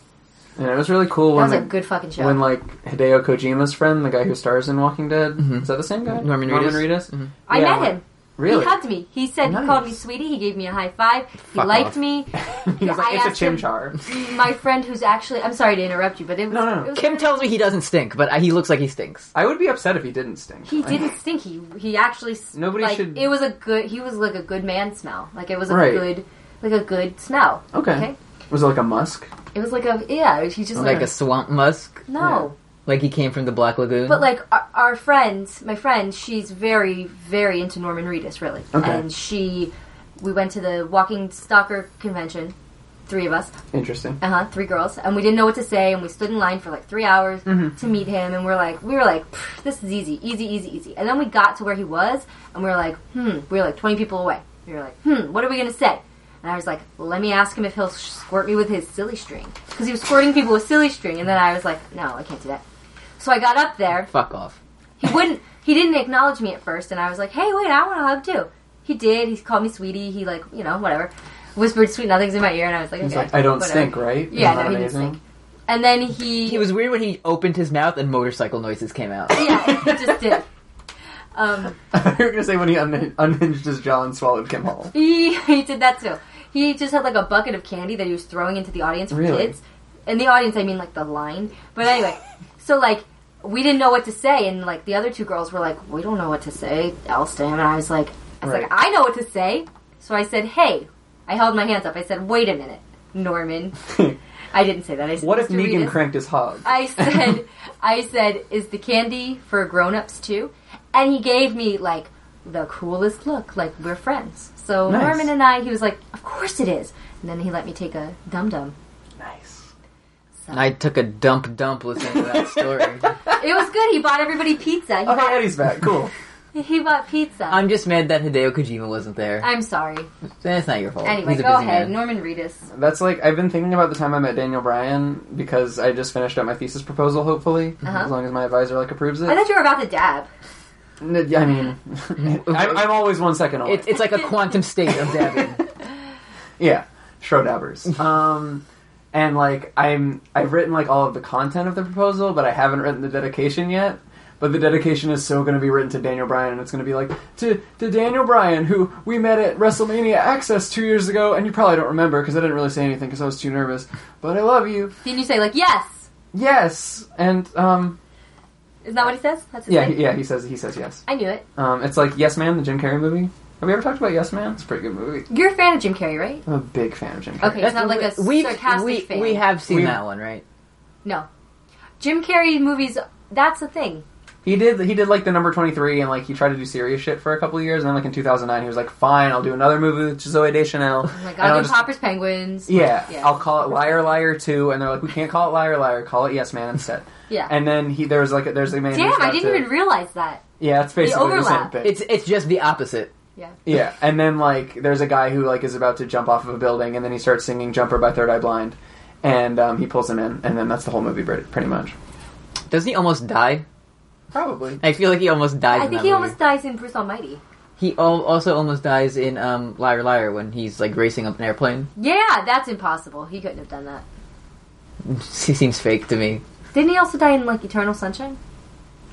And it was really cool
That
when
was a
the-
good fucking show.
when like Hideo Kojima's friend, the guy who stars in Walking Dead,
Mhm.
is that the same guy?
Norman
Norman
Reedus?
Reedus.
Mhm.
I
Yeah,
met
like-
him.
Really?
He hugged me. He said
Nice.
he called me sweetie. He gave me a high five. He
Fuck
liked
off.
me.
He was like,
I
it's
asked
a
him-
chimchar.
My friend, who's actually I'm sorry to interrupt you, but it was,
No, no, no.
it was-
Kim tells me he doesn't stink, but uh, he looks like he stinks.
I would be upset if he didn't stink.
he
Like,
didn't stink. He he actually s-
Nobody
like,
should-
It was a good. He was like a good man smell. Like it was a
Right.
good like a good smell.
Okay. Was it like a musk?
It was like a yeah. He's just like,
Like a swamp musk,
no.
like he came from the Black Lagoon.
But like our, our friend, my friend, she's very, very into Norman Reedus, really.
Okay.
And she, we went to the Walking Stalker convention, three of us,
Interesting.
uh huh, three girls, and we didn't know what to say, and we stood in line for like three hours to meet him, and we're like, we were like, "Pfft, this is easy, easy, easy, easy. And then we got to where he was, and we were like, hmm, we were like twenty people away. We were like, hmm, what are we going to say? And I was like, let me ask him if he'll squirt me with his silly string. Because he was squirting people with silly string, and then I was like, no, I can't do that. So I got up there.
Fuck off.
He wouldn't. He didn't acknowledge me at first, and I was like, "Hey, wait, I want a hug too." He did. He called me sweetie. He like, you know, whatever. Whispered sweet nothings in my ear, and I was like,
He's
"Okay,
like, I don't
whatever."
stink, right?
Yeah,
Isn't that
no, he didn't
amazing?
stink. And then he,
It was weird when he opened his mouth and motorcycle noises came out.
yeah, he just did. Um,
you were gonna say when he un- unhinged his jaw and swallowed Kim Hall.
he he did that too. He just had like a bucket of candy that he was throwing into the audience for
Really?
kids. And the audience, I mean like the line. But anyway, so like we didn't know what to say, and like the other two girls were like, "We don't know what to say, else to him." And I was like, "I was like,
Right.
I know what to say." So I said, "Hey," I held my hands up. I said, "Wait a minute, Norman." I didn't say that. I said,
What if
"Mr. Reed
Negan
is-"
cranked his hog?
I said, I said, is the candy for grown-ups too? And he gave me like the coolest look, like we're friends. So
Nice.
Norman and I, he was like, of course it is. And then he let me take a dum dum.
Nice.
And I took a dump dump listening to that story.
It was good. He bought everybody pizza. He,
Oh, hey,
bought,
Eddie's back. Cool.
he bought pizza. I'm,
I'm just mad that Hideo Kojima wasn't there.
sorry.
That's not your fault.
Anyway,
He's a
go
busy
ahead,
man.
Norman Reedus.
That's like I've been thinking about the time I met Daniel Bryan because I just finished up my thesis proposal. Hopefully,
Uh-huh.
as long as my advisor like approves it.
I thought you were about to dab.
N- I mean, Mm. I'm, I'm always one second away.
It's, it's like a quantum state of dabbing.
Yeah, Schrodabbers. um, and like I'm, I've written like all of the content of the proposal, but I haven't written the dedication yet. But the dedication is so going to be written to Daniel Bryan, and it's going to be like to to Daniel Bryan, who we met at WrestleMania Access two years ago, and you probably don't remember because I didn't really say anything because I was too nervous. But I love you.
Didn't you say like yes?
Yes, and um,
Is that what he says? That's his
yeah,
name?
he, yeah, he says he says yes.
I knew it.
Um, it's like Yes Man, the Jim Carrey movie. Have we ever talked about Yes Man? It's a pretty good movie.
You're a fan of Jim Carrey, right?
I'm a big fan of Jim Carrey.
Okay, it's not like a
We've-
sarcastic
we,
fan.
We have seen
We've-
that one, right?
No. Jim Carrey movies, that's the thing.
He did. He did like the number twenty three, and like he tried to do serious shit for a couple of years, and then like in two thousand nine, he was like, "Fine, I'll do another movie with Zoe Deschanel."
I'm like,
and I'll
I'll do
just-
Popper's Penguins.
yeah,
Yeah.
I'll call it Liar Liar Two, and they're like, "We can't call it Liar Liar. Call it Yes Man instead."
Yeah.
And then he there's like a, there's a man. who's
Damn, I
got
didn't
to-
even realize that.
Yeah, it's basically the, same
overlap.
thing.
It's it's just the opposite.
Yeah.
yeah, and then like there's a guy who like is about to jump off of a building, and then he starts singing "Jumper" by Third Eye Blind, and um, he pulls him in, and then that's the whole movie, pretty pretty much.
Doesn't he almost die?
Probably.
I feel like he almost dies.
I
in
think
that
he
movie.
almost dies in Bruce Almighty.
He al- also almost dies in um, Liar Liar when he's like racing up an airplane.
Yeah, that's impossible. He couldn't have done that.
He seems fake to me.
Didn't he also die in, like, Eternal Sunshine?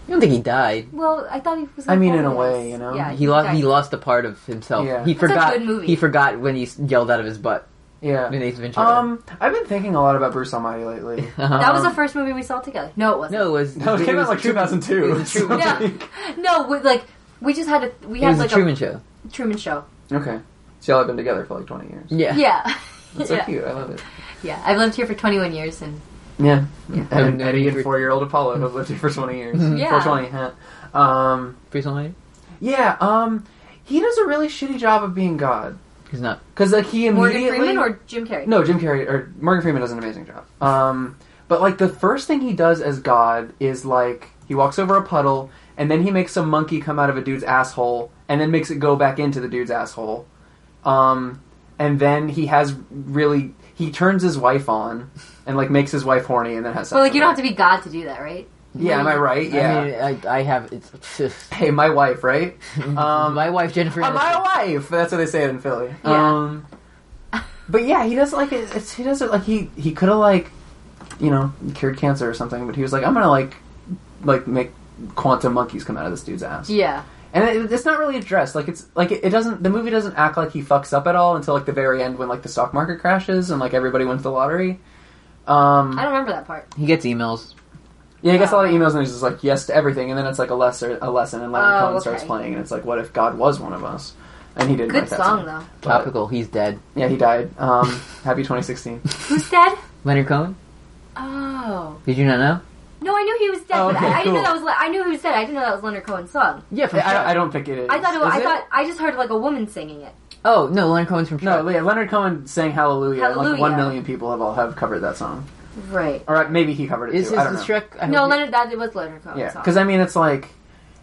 I don't think he died.
Well, I thought he was.
I mean, in a
Napoleon.
way, you know?
Yeah,
He lost.
died.
He lost a part of himself.
Yeah.
He
It's
a
forgot.
good movie.
He forgot when he s- yelled out of his butt
Yeah.
in Ace Ventura.
Um, I've been thinking a lot about Bruce Almighty lately.
Uh-huh.
That was the first movie we saw together. No, it wasn't.
no. It was
No, it came out,
was
like, 2002,
It was a Truman,
so-
Yeah. no, we, like, we just had a. We
it
had,
was a
like,
Truman Show.
a Truman Show.
Okay. So y'all have been together for like 20 years.
Yeah.
Yeah.
That's so
yeah.
cute. I love it.
yeah. I've lived here for 21 years, and
Yeah. And Mm-hmm.
And
Eddie and
you're-
four-year-old Apollo have lived here for 20 years.
Yeah.
420, huh? Um,
Bruce Almighty.
yeah, um, he does a really shitty job of being God.
He's not.
Because, like, he
Morgan
immediately...
Freeman or Jim Carrey?
No, Jim Carrey or Morgan Freeman does an amazing job. Um, but like the first thing he does as God is like he walks over a puddle and then he makes a monkey come out of a dude's asshole and then makes it go back into the dude's asshole. Um, and then he has really he turns his wife on and like makes his wife horny and then has sex.
But, like, you
with
don't have
her.
to be God to do that, right?
Yeah, am I right? Yeah.
I mean, I, I have. It's,
hey, my wife, right? Um,
my wife Jennifer.
Uh,
Aniston.
my wife. That's what they say in Philly.
Yeah.
Um, but yeah, he does like it- it's, he does it like he he could have like you know cured cancer or something, but he was like I'm gonna like like make quantum monkeys come out of this dude's ass.
Yeah.
And it, it's not really addressed. Like it's like it, it doesn't the movie doesn't act like he fucks up at all until like the very end when like the stock market crashes and like everybody wins the lottery. Um,
I don't remember that part.
He gets emails.
yeah, he gets a lot of emails and he's just like yes to everything, and then it's like a lesser a lesson, and Leonard
Oh,
Cohen
okay.
starts playing, and it's like what if God was one of us? And he didn't.
Good
write that
song, though.
But-
Topical. He's dead.
Yeah, he died. Um, happy 2016.
Who's dead?
Leonard Cohen.
Oh.
Did you not know?
No, I knew he was dead.
Oh,
but
okay,
I, I didn't
cool.
know that was. Le- I knew he was dead. I didn't know that was Leonard Cohen's song.
Yeah, from Shrek.
I, I don't think it is.
I thought. It was,
Is
I thought. I just heard like a woman singing it.
Oh no, Leonard Cohen's from Shrek.
No, yeah, Leonard Cohen sang Hallelujah. and, Like
Hallelujah.
one million people have all have covered that song,
Right.
or uh, maybe he covered it
is
too.
his
I don't
the
know.
Shrek? I
No,
hope-
Leonard. That was Leonard Cohen's
yeah,
song.
because I mean, it's like,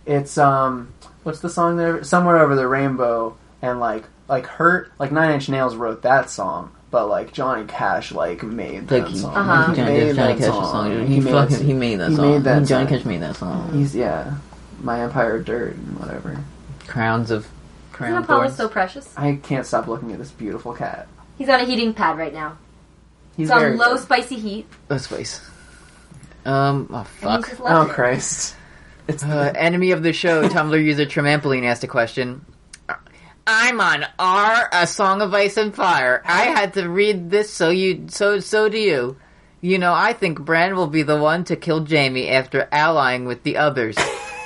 it's um, what's the song there? Somewhere over the rainbow. and like like hurt like Nine Inch Nails wrote that song, but like Johnny Cash like made that
Like, he,
song.
Uh-huh.
Johnny,
made
Johnny
that
Cash's
song.
song. He, fucking he made that
he
song.
made that
Johnny
song.
Cash made that song.
He's yeah, My Empire of Dirt and whatever.
Crowns of crown
Isn't Apollo
thorns.
so precious?
I can't stop looking at this beautiful cat.
He's on a heating pad right now.
He's
He's on
very
low
good.
spicy heat.
Let's face. Um. Oh
And he's
fuck.
just
Oh
loving it.
Christ! It's
Uh, enemy of the show, Tumblr user Trampoline asked a question. I'm on R, A Song of Ice and Fire. I had to read this, so you, so so do you. You know, I think Bran will be the one to kill Jamie after allying with the others.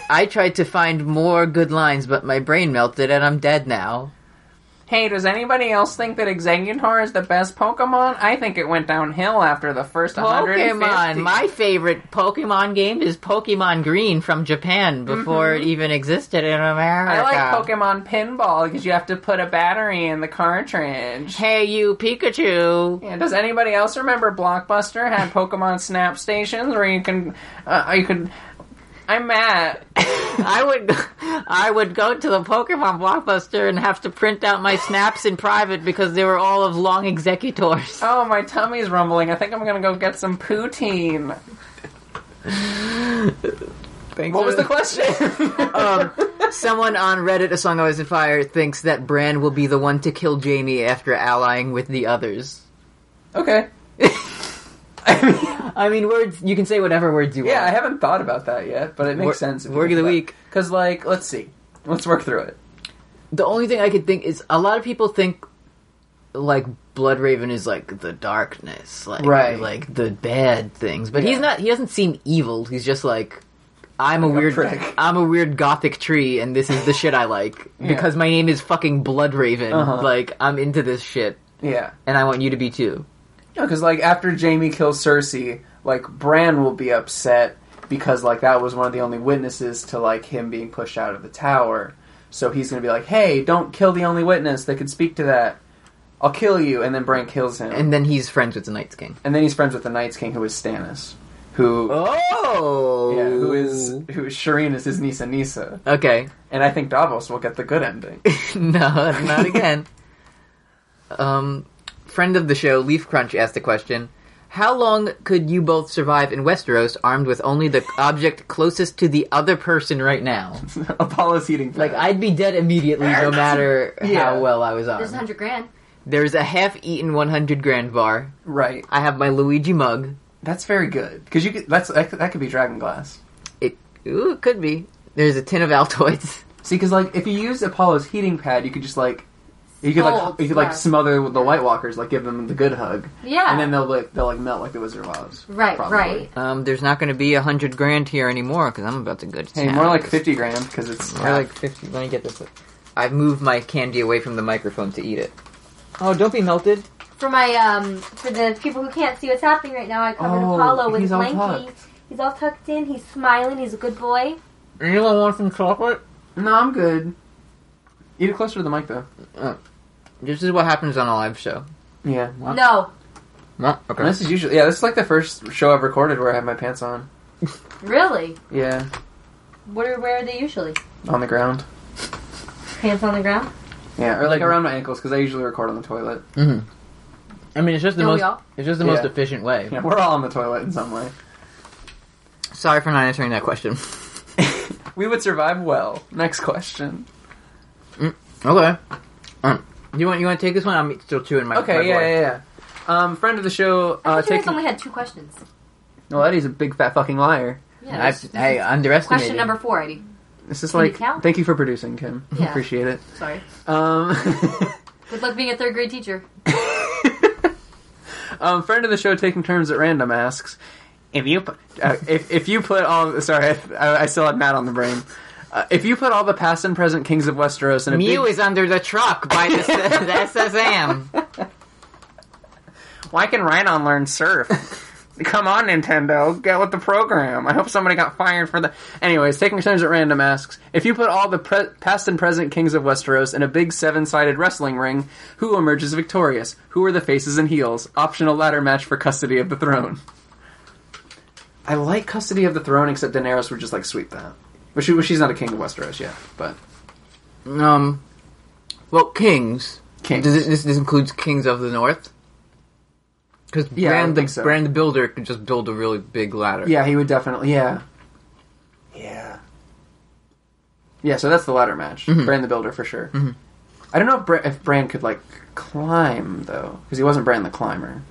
I tried to find more good lines, but my brain melted and I'm dead now.
Hey, does anybody else think that Exeggutor is the best Pokemon? I think it went downhill after the first
Pokemon. My favorite Pokemon game is Pokemon Green from Japan before it even existed in America.
Pokemon Pinball because you have to put a battery in the cartridge.
Hey, you Pikachu.
Yeah, does anybody else remember Blockbuster had Pokemon Snap stations where you can, uh, you could. I'm Matt.
I would, I would go to the Pokemon Blockbuster and have to print out my snaps in private because they were all of long executors.
Oh, my tummy's rumbling. I think I'm gonna go get some poutine. What was the question?
um, someone on Reddit, a song always in fire, thinks that Bran will be the one to kill Jamie after allying with the others.
okay. I mean,
I mean, words you can say whatever words you
yeah, I
want.
haven't thought about that yet, but it makes
Wor-
sense.
Word of the week.
Because, like, let's see. Let's work through it.
The only thing I could think is a lot of people think like Blood Raven is like the darkness, like
Right.
like the bad things. But he's
Yeah.
not. He doesn't seem evil. He's just like. I'm a
Like a
weird,
prick.
I'm a weird gothic tree, and this is the shit I like
Yeah.
because my name is fucking Blood Raven.
Uh-huh.
Like I'm into this shit,
Yeah.
and I want you to be too.
because, like, after Jamie kills Cersei, like, Bran will be upset because, like, that was one of the only witnesses to, like, him being pushed out of the tower. So he's going to be like, hey, don't kill the only witness that could speak to that. I'll kill you. And then Bran kills him. And,
And then he's friends with the Night's King.
then he's friends with the Night's King, who is Stannis. Who.
Oh,
Yeah, who is who is Shireen is his niece Anissa,
okay?
and I think Davos will get the good ending.
no, not again. um, friend of the show, Leaf Crunch, asked a question. How long could you both survive in Westeros armed with only the object closest to the other person right now?
Apollo's eating.
Like, I'd be dead immediately no matter
Yeah.
how well I was
There's
armed.
100 grand.
There's a half eaten 100 grand bar.
right.
I have my Luigi mug.
That's very good because you could, that's that could, that could be dragon glass.
It, ooh, it could be. There's a tin of Altoids.
See, because like if you used Apollo's heating pad, you could just like you could like
Cold,
you could like
Oh, yeah.
smother the White Walkers, like give them the good hug,
Yeah.
and then they'll like they'll like melt like the Wizard of Oz.
right,
probably.
right.
Um, there's not going to be a 100 grand here anymore because I'm about to go to
Hey,
town.
more like fifty grand because it's
I like fifty. Let me get this. I've moved my candy away from the microphone to eat it. Oh, don't be melted.
For my um, for the people who can't see what's happening right now, I covered
Oh,
Apollo with
he's all
blankie.
tucked.
He's all tucked in. He's smiling. He's a good boy.
Anyone want some chocolate?
no, I'm good. Eat it closer to the mic though.
This is what happens on a live show.
Yeah,
What?
No,
Well,
And this is usually yeah. This is like the first show I've recorded where I have my pants on.
really.
Yeah,
What are, where are they usually?
on the ground.
Pants on the ground.
Yeah, or like
Like-
around my ankles because I usually record on the toilet.
hmm I mean, it's just the
Don't we
most.
uh,
all?
It's just the
Yeah.
most efficient way.
Yeah, we're all on the toilet in some way.
Sorry for not answering that question.
we would survive well. Next question.
Okay. Um, you want you want to take this one? I'm still chewing my. my
Okay, yeah,
boy.
yeah, yeah. Um, friend of the show,
I
uh,
thought you guys
taking.
only had two questions.
Well, Eddie's a big fat fucking liar.
Yeah.
I,
there's-
hey, underestimated.
question number four, Eddie.
This is
Can you
like.
count?
Thank you for producing, Kim.
Yeah.
Appreciate it.
Sorry.
Um,
Good luck being a third grade teacher.
um, friend of the show, taking turns at random, asks if you put, uh, if if you put all. Sorry, I, I still had Matt on the brain. Uh, if you put all the past and present kings of Westeros in a
Mew
big,
is under the truck by the, the SSM.
why can Rhinon learn surf? Come on, Nintendo, get with the program. I hope somebody got fired for the. Anyways, taking turns at random asks if you put all the pre- past and present kings of Westeros in a big seven-sided wrestling ring, who emerges victorious? Who are the faces and heels? Optional ladder match for custody of the throne. I like custody of the throne, except Daenerys would just like sweep that. But she, well, she's not a king of Westeros yet. But
Um, Well, kings.
Kings.
Does it, this, this includes kings of the north? Because
Yeah, I don't
Brand, the
think so.
Brand the Builder could just build a really big ladder.
Yeah, he would definitely. Yeah. Yeah. Yeah, so that's the ladder match. Brand the Builder for sure. I don't know if, Bra- if Brand could, like, climb, though, because he wasn't Brand the Climber.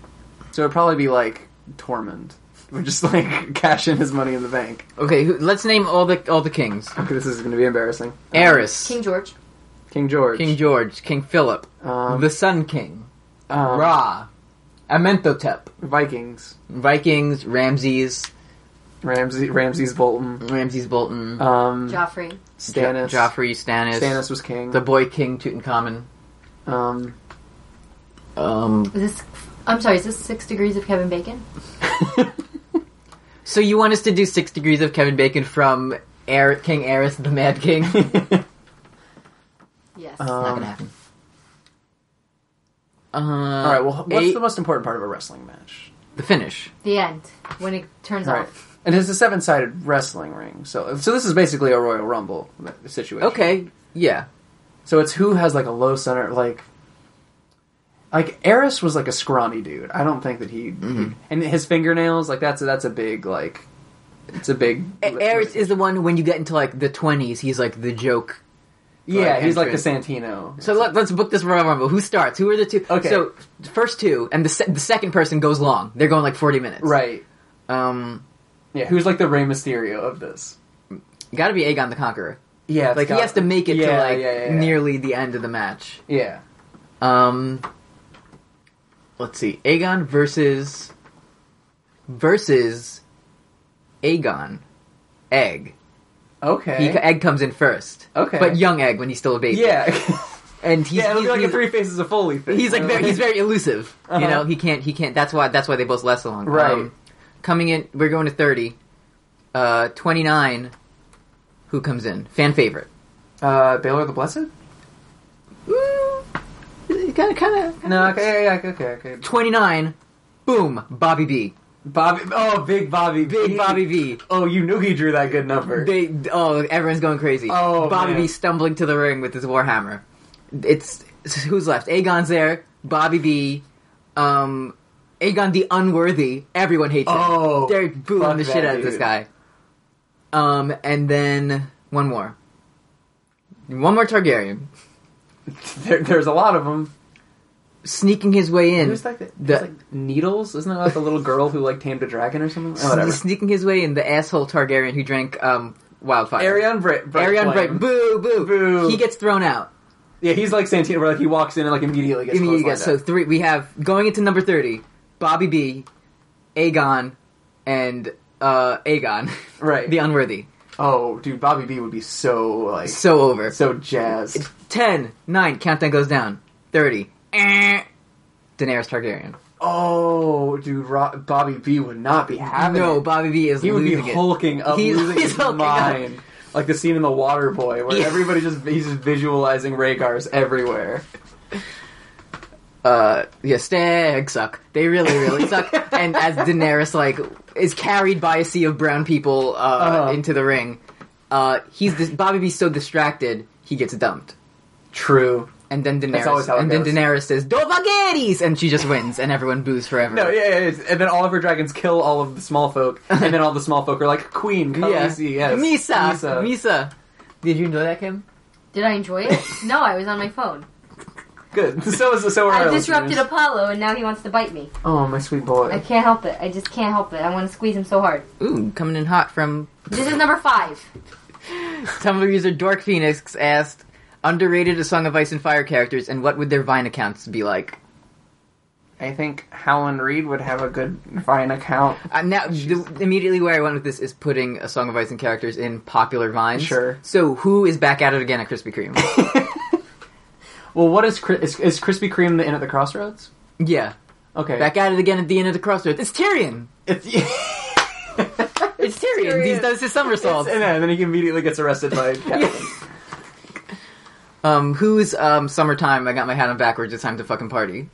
So it'd probably be, like, Tormund. We're just, like, cash in his money in the bank.
Okay, who, let's name all the all the kings.
Okay, this is going to be embarrassing.
Eris,
King George.
King George.
King George, King Philip,
um,
the Sun King,
um,
Ra, Amenhotep,
Vikings.
Vikings, Ramses,
Ramsey, Ramses Bolton.
Ramses Bolton,
Um,
Joffrey.
Jo-
Stannis.
Joffrey, Stannis,
Stannis was king.
the boy king Tutankhamun.
um,
Um,
Is this? I'm sorry. Is this Six Degrees of Kevin Bacon?
so you want us to do six degrees of Kevin Bacon from Aer- King Eris, the Mad King? Not
Yes.
um,
gonna happen. Uh,
all right. Well, what's
eight-
the most important part of a wrestling match?
the finish?
the end. When it turns
All right.
off.
And it's a seven-sided wrestling ring. So, so this is basically a Royal Rumble situation.
Okay, yeah.
So it's who has like a low center, like, like Eris was like a scrawny dude. I don't think that he,
Mm-hmm.
and his fingernails, like that's a, that's a big like, it's a big.
E- Eris is the one who, when you get into like the twenties, he's like the joke.
yeah,
like,
he's like the
entrance.
Santino.
So let, let's book this Royal Rumble. Who starts? Who are the two?
Okay.
So first two, and the se- the second person goes long. They're going like forty minutes.
right.
Um,
Yeah, who's like the Rey Mysterio of this?
got to be Aegon the Conqueror.
Yeah, it's
Like he
got-
has to make it
Yeah,
to like
yeah, yeah, yeah.
nearly the end of the match.
Yeah,
Um, let's see, Aegon versus versus Aegon, Egg.
okay,
He, Egg comes in first.
Okay.
but young Egg when he's still a baby.
yeah,
and he's
yeah. It'll be
he's,
like a
he's-
three faces of Foley thing.
he's, like
where,
very, he's very elusive. You
Uh-huh.
know, he can't he can't. That's why that's why they both last so long. Um,
Right.
coming in, we're going to thirty. Uh, twenty nine. Who comes in? Fan favorite.
uh, Baylor the Blessed.
Mm, Kind of, kind of.
No, okay, yeah, yeah, okay, okay.
Twenty nine. Boom. Bobby B.
Bobby, oh, big Bobby,
Big Bobby B.
Oh, you knew he drew that good number.
They oh everyone's going crazy.
Oh,
Bobby
man.
B stumbling to the ring with his warhammer. It's who's left? Aegon's there. Bobby B. Um, Aegon the unworthy. Everyone hates him.
Oh,
They're booing
fuck
the shit
that
out of this
dude.
guy. Um, and then one more. One more Targaryen
There, there's a lot of them.
sneaking his way in.
Who's like the,
the-
who's like needles? Isn't that like the little girl who like tamed a dragon or something? Oh, whatever.
Sneaking his way in. The asshole Targaryen who drank um wildfire.
Arion Bright.
Arion Bright. Boo, boo,
Boo.
He gets thrown out.
Yeah, he's like Santino, where like he walks in and like immediately gets.
I mean, you got-
clotheslined
so
up.
three. We have going into number thirty, Bobby B, Aegon, and uh Aegon,
right.
the unworthy.
oh, dude, Bobby B would be so like so,
So over.
jazzed.
10, 9, countdown goes down. Thirty. Eh. Daenerys Targaryen.
Oh, dude, Ro- Bobby B would not be having.
No,
it.
Bobby B is
He would be
losing it.
hulking up,
He's-
losing
he's
his
hulking
mind. Like the scene in The Water Boy, where
Yeah.
everybody just he's just visualizing Rhaegar's everywhere.
Uh, yeah, stag suck. They really, really suck. And as Daenerys like is carried by a sea of brown people uh,
Uh-huh.
into the ring, uh, he's dis- Bobby B's so distracted he gets dumped.
True.
And then
That's always
Daenerys,
how it
and then
goes.
Daenerys says "Dovahkiris," and she just wins, and everyone boos forever.
No, yeah, yeah, it's- and then all of her dragons kill all of the small folk, and then all the small folk are like, "Queen, come
yeah,
Oh, easy, yes,
Misa, Misa,
Misa."
Did you know that, Kim?
Did I enjoy it? no, I was on my phone.
Good. So is so are
I
our
disrupted
listeners.
Apollo, and now he wants to bite me.
Oh, my sweet
I
boy.
can't help it. I just can't help it. I want to squeeze him so hard.
Ooh, coming in hot from
This is number five.
Tumblr user Dork Phoenix asked, "Underrated: A Song of Ice and Fire characters, and what would their Vine accounts be like?"
I think Howland Reed would have a good Vine account.
Uh, now, the, immediately where I went with this is putting a Song of Ice and characters in popular vines.
Sure.
So, who is back at it again at Krispy Kreme?
Well, what is Chris- is, is Krispy Kreme the Inn at the Crossroads?
yeah,
Okay,
back at it again at the end of the crossroads. It's Tyrion.
it's,
It's Tyrion.
Tyrion.
He does his somersaults.
and then he immediately gets arrested by.
Um, who's um summertime? I got my hat on backwards. It's time to fucking party.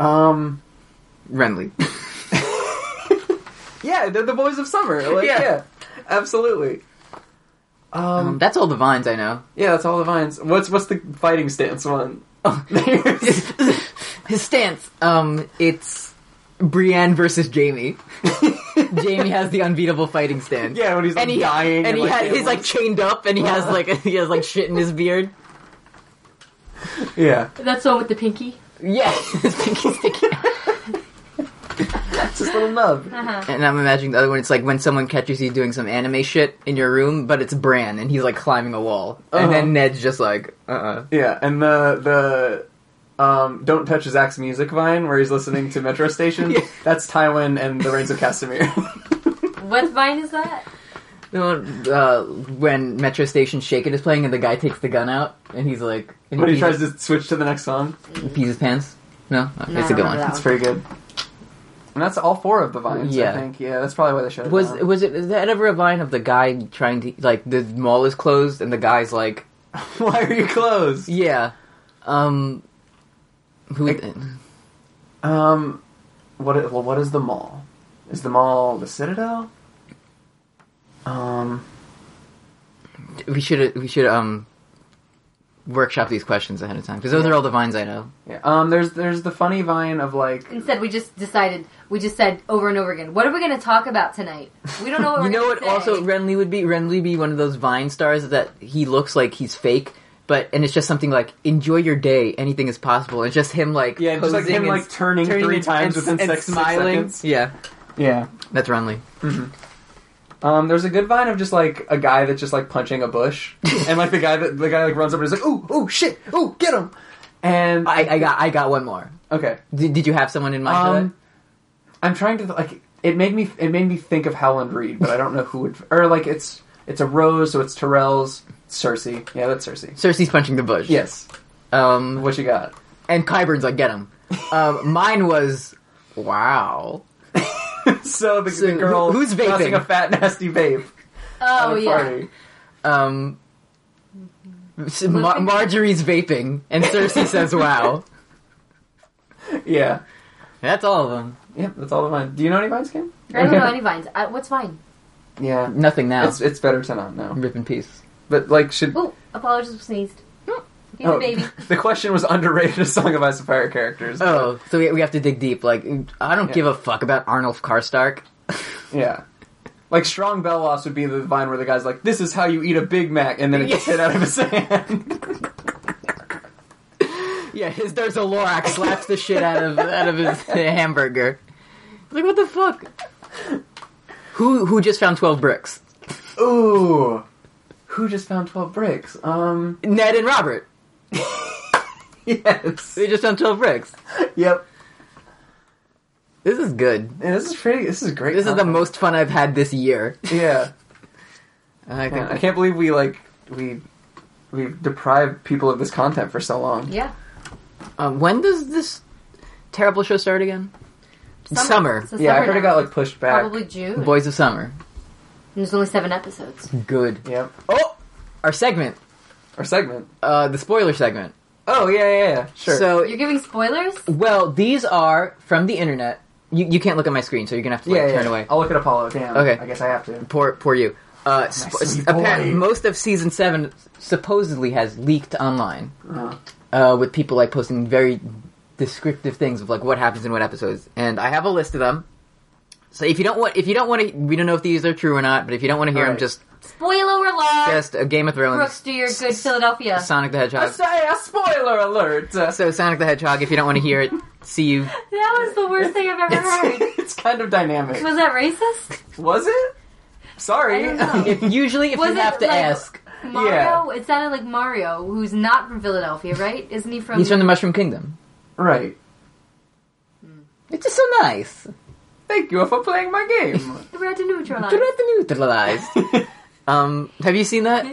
Um.
Renly.
Yeah, they're the boys of summer. Like,
Yeah.
yeah. absolutely.
Um, that's all the vines I know.
Yeah, that's all the vines. What's what's the fighting stance one? Oh, there's-
His stance, um, it's Brienne versus Jamie. Jamie has the unbeatable fighting stance.
yeah, when he's like
and he
dying,
and he
like,
had, he's like chained up, and he has like he has like shit in his beard.
yeah,
That's the one with the pinky.
Yeah, his pinky's sticking out.
it's his little nub.
And I'm imagining the other one. It's like when someone catches you doing some anime shit in your room, but it's Bran, and he's like climbing a wall, and
Uh-huh.
then Ned's just like, uh, uh
Yeah, and the the um, don't touch his axe music vine where he's listening to Metro Station.
Yeah.
That's Tywin and the Reigns of Castamere.
What vine is that?
You know, uh, when Metro Station Shake It is playing, and the guy takes the gun out, and he's like, and
when he
pees-
tries to switch to the next song,
pees his pants. No, Okay,
No,
it's a good
I remember
one.
that
it's pretty good. And that's all four of the vines.
Yeah.
I think. Yeah, that's probably why they showed.
Was was it is that ever a line of the guy trying to like the mall is closed and the guy's like
why are you closed?
yeah, um, who
Like- Um, what? i- Well, what is the mall? Is the mall the Citadel? Um,
we should we should um workshop these questions ahead of time because those are all the vines I know.
yeah. Um, there's there's the funny vine of like
Instead, we just decided. We just said over and over again. What are we going to talk about tonight? We don't know. What
You
we're
know
Oh, gonna
what?
say.
Also, Renly would be Renly be one of those vine stars that he looks like he's fake. But and it's just something like enjoy your day, anything is possible. It's just him like
yeah, just like
posing
him
and
like
s-
turning, three
and-
times
and,
within
and
six, six
smiling.
seconds.
yeah,
Yeah.
that's Renly.
Um, there's a good vine of just like a guy that's just like punching a bush, and like the guy that the guy like runs up and is like, "Ooh, ooh, shit, ooh, get him!" And
I, I got I got one more.
okay.
Did, did you have someone in mind? for that?
Um, I'm trying to like it made me it made me think of Howland Reed, but I don't know who would or like it's it's a rose, so it's Terrell's Cersei. Yeah, that's Cersei.
Cersei's punching the bush.
Yes.
Um,
What you got?
and Kyburn's like, get him. Um, mine was, wow.
So the,
So
the girl
who- who's vaping?
tossing a fat nasty vape. at
Oh
a
yeah.
Party.
Um, s- Mar- Marjorie's vaping, and Cersei says, wow.
Yeah.
That's all of them.
Yeah, that's all the vine. Do you know any vines, Kim?
I don't know any vines. I, what's vine?
Yeah.
Nothing now.
It's it's better to not know.
Rip in peace.
But like should
Oh, apologies for sneezed. He's
Oh,
a baby.
The question was underrated A Song of Ice and Fire characters.
Oh, so we, we have to dig deep. Like, I don't
Yeah.
give a fuck about Arnulf Karstark.
Yeah. Like Strong Belos would be the vine where the guy's like, "This is how you eat a Big Mac," and then it gets hit out of his hand.
Yeah, his there's a Lorax slaps the shit out of out of his hamburger. Like what the fuck? Who who just found twelve bricks?
Ooh, who just found twelve bricks? Um,
Ned and Robert.
yes,
They just found twelve bricks.
yep.
This is good.
Yeah, this is pretty. This is great.
This is the
content.
most fun I've had this year. Uh,
Yeah,
I think
Man, I can't believe we like we we've deprived people of this content for so long.
Yeah.
Um, when does this terrible show start again? Summer.
It's the
Yeah, I
summer
heard it
now.
got like pushed back.
probably June.
Boys of Summer.
And there's only seven episodes.
Good.
Yep.
Oh, our segment,
Our segment.
uh, the spoiler segment.
Oh yeah, yeah, yeah. Sure.
So,
You're giving spoilers?
well, these are from the internet. You, you can't look at my screen, so you're gonna have to like,
yeah, yeah,
turn
yeah.
away.
I'll look at Apollo. Damn.
Okay.
I guess I have to.
Poor, poor you. Uh, sp-
sweet
apparent-
boy.
most of season seven supposedly has leaked online,
Uh-huh.
Uh,
uh, with people like posting very descriptive things of like what happens in what episodes. And I have a list of them. So if you don't want, if you don't want to, we don't know if these are true or not. But if you don't want to hear them,
Alright.
just
Spoiler alert!
just uh, Game of Thrones,
Brooks, do your good Philadelphia.
Sonic the
I
Hedgehog.
say a spoiler alert. Uh,
So Sonic the Hedgehog. If you don't want to hear it, see you.
That was the worst thing I've ever heard.
it's, it's kind of dynamic.
Was that racist?
Was it? Sorry.
I don't know.
If, usually, if
Was
you
it,
have to
like,
ask,
Mario? It sounded like Mario, who's not from Philadelphia, right? Isn't he from?
he's from the Mushroom Kingdom.
right.
It's just so nice.
Thank you for playing my game.
We had to neutralize.
Neutralized. Um, have you seen that?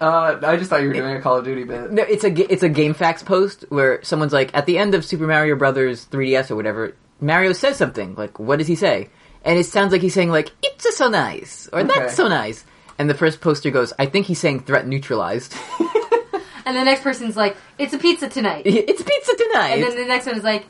uh, I just thought you were doing a Call of Duty bit.
No, it's a ga- it's a game facts post where someone's like at the end of Super Mario Brothers 3DS or whatever, Mario says something like, "What does he say?" And it sounds like he's saying like, "It's a so nice" or
Okay.
"That's so nice." And the first poster goes, "I think he's saying threat neutralized."
And the next person's like, "It's a pizza tonight,"
it's pizza tonight.
and then the next one is like,